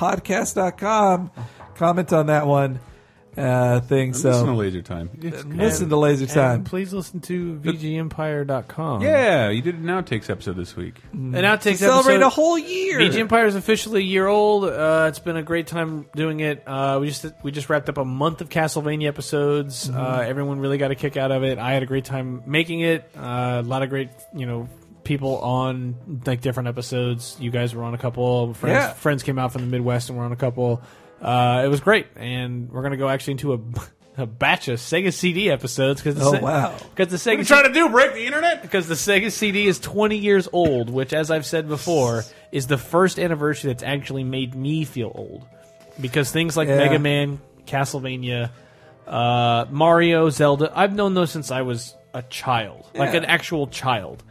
lasertimepodcast.com, comment on that one uh, thing. So
listen to Laser Time. It's good.
listen to Laser Time.
And please listen to VGEmpire.com.
yeah, you did an outtakes episode this week.
Mm-hmm.
And outtakes
Celebrate
episode-
a whole year.
VG Empire is officially a year old. Uh, it's been a great time doing it. Uh, we just we just wrapped up a month of Castlevania episodes.
Mm-hmm.
Uh, everyone really got a kick out of it. I had a great time making it. Uh, a lot of great you know people on like different episodes. You guys were on a couple. Friends
Yeah.
friends came out from the Midwest and were on a couple. Uh, it was great, and we're gonna go actually into a. [LAUGHS] A batch of Sega CD episodes because
Oh, wow.
because the Sega
to do? Break the internet?
because the Sega CD is 20 years old, which, as I've said before, is the first anniversary that's actually made me feel old. Because things like
Yeah.
Mega Man, Castlevania, uh, Mario, Zelda, I've known those since I was a child, like
Yeah.
an actual child.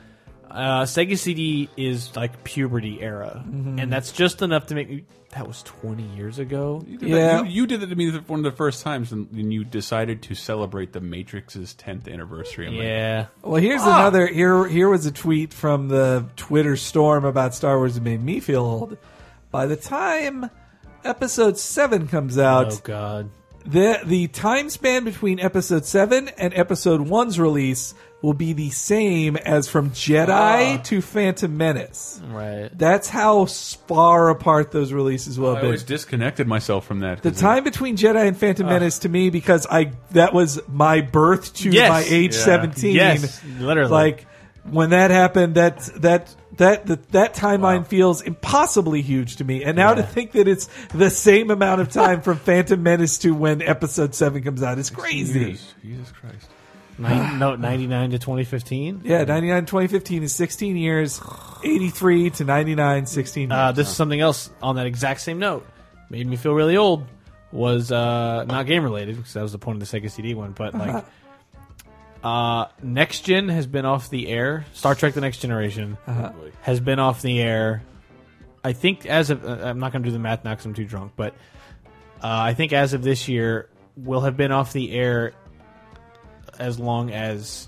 Uh, Sega CD is like puberty era,
Mm-hmm.
and that's just enough to make me. That was 20 years ago.
Yeah.
You, you did it to me the- one of the first times, and, and you decided to celebrate the Matrix's 10th anniversary. I'm like,
Yeah.
Well, here's another. Here, here was a tweet from the Twitter storm about Star Wars that made me feel old. By the time Episode Seven comes out,
Oh, God.
the the time span between Episode Seven and Episode One's release will be the same as from Jedi
Ah.
to Phantom Menace.
Right.
That's how far apart those releases will
I
be.
always Ah. disconnected myself from that.
The time between Jedi and Phantom Menace to me because I that was my birth to
Yes.
my age
Yeah.
seventeen.
Yes, literally.
Like when that happened, that that that that, that timeline feels impossibly huge to me. And now to think that it's the same amount of time from [LAUGHS] Phantom Menace to when Episode Seven comes out is crazy.
Jesus, Jesus Christ.
Nin- [SIGHS] no, 99 to 2015?
Yeah, 99 2015 is 16 years, 83 to 99, 16
Uh,
years.
this is something else on that exact same note. Made me feel really old. Was uh, not game related because that was the point of the Sega CD one, but like,
Uh-huh.
uh, Next Gen has been off the air. Star Trek: The Next Generation
Uh-huh.
has been off the air. I think as of uh, I'm not going to do the math now because I'm too drunk, but uh, I think as of this year will have been off the air as long as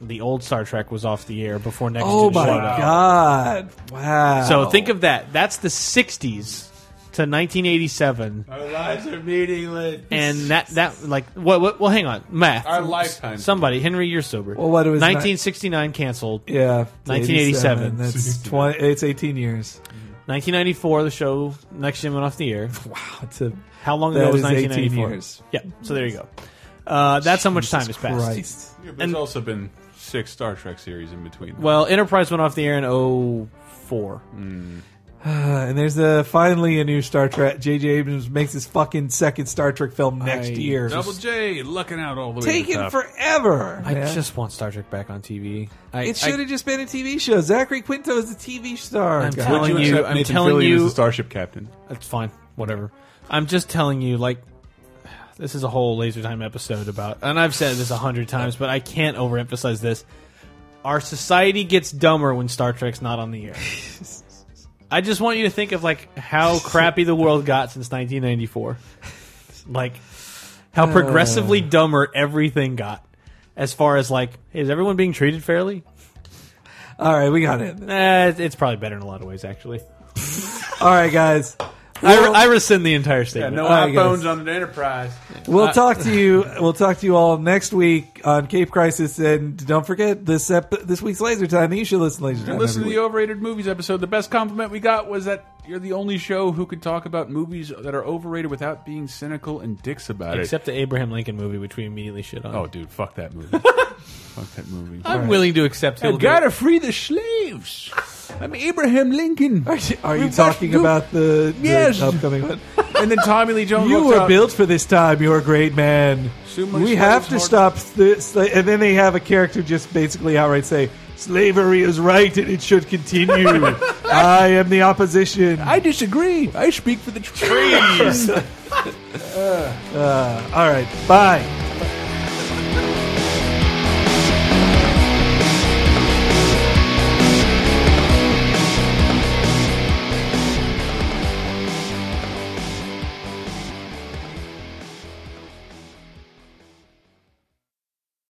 the old Star Trek was off the air before Next
Oh
Gen
my
showed up.
god. Wow.
So think of that. That's the 60s to 1987,
Our lives are meaningless.
and that that like what? what well, hang on, math.
Our lifetime.
Somebody, Henry, you're sober.
Well, what it was-
1969 canceled.
yeah,
1987.
That's 20, it's 18 years.
1994, the show Next Gen went off the air.
Wow, it's a
How long ago
That
was
is 18
1994?
years.
Yeah. So there you go. Uh, that's how much time has passed.
Christ.
Yeah, but there's also been six Star Trek series in between.
Well, Enterprise went off the air in 04.
Uh, and there's a finally a new Star Trek. J.J. Abrams makes his fucking second Star Trek film next
I-
year.
Double J lucking out all the way. to the
Taking
top.
forever.
I
man.
just want Star Trek back on TV. I,
it
I-
should have just been a TV show. Zachary Quinto is a TV star.
I'm
guys.
telling
Would you
you-
accept
I'm
Nathan
telling
Fillion
you-
as the starship captain.
That's fine. Whatever. I'm just telling you, like, this is a whole laser time episode about, and I've said this a hundred times, but I can't overemphasize this. Our society gets dumber when Star Trek's not on the air. I just want you to think of like how crappy the world got since 1994, like how progressively dumber everything got. As far as like, hey, is everyone being treated fairly?
All right, we got it.
Eh, it's probably better in a lot of ways, actually.
All right, guys.
I, I rescind the entire statement.
No
Alright,
iPhones
guys.
on the Enterprise.
We'll
Uh,
talk to you. We'll talk to you all next week on Cape Crisis, and don't forget this ep- this week's Laser Time. You should listen to Laser Time.
Listen to
every
the overrated movies episode. The best compliment we got was that you're the only show who could talk about movies that are overrated without being cynical and dicks about it.
Except the Abraham Lincoln movie, which we immediately shit on.
oh, dude, fuck that movie. fuck that movie.
I'm willing to accept it.
free the slaves. I'm Abraham Lincoln.
week. Are you talking about the, the
Yes.
upcoming one?
and then Tommy Lee Jones.
You
walks
were
out.
built for this time. You're a great man.
Sue my
we
slaves
have to
hard-
stop this. And then they have a character just basically outright say, Slavery is right and it should continue. I am the opposition.
I disagree. I speak for the trees.
All right, bye.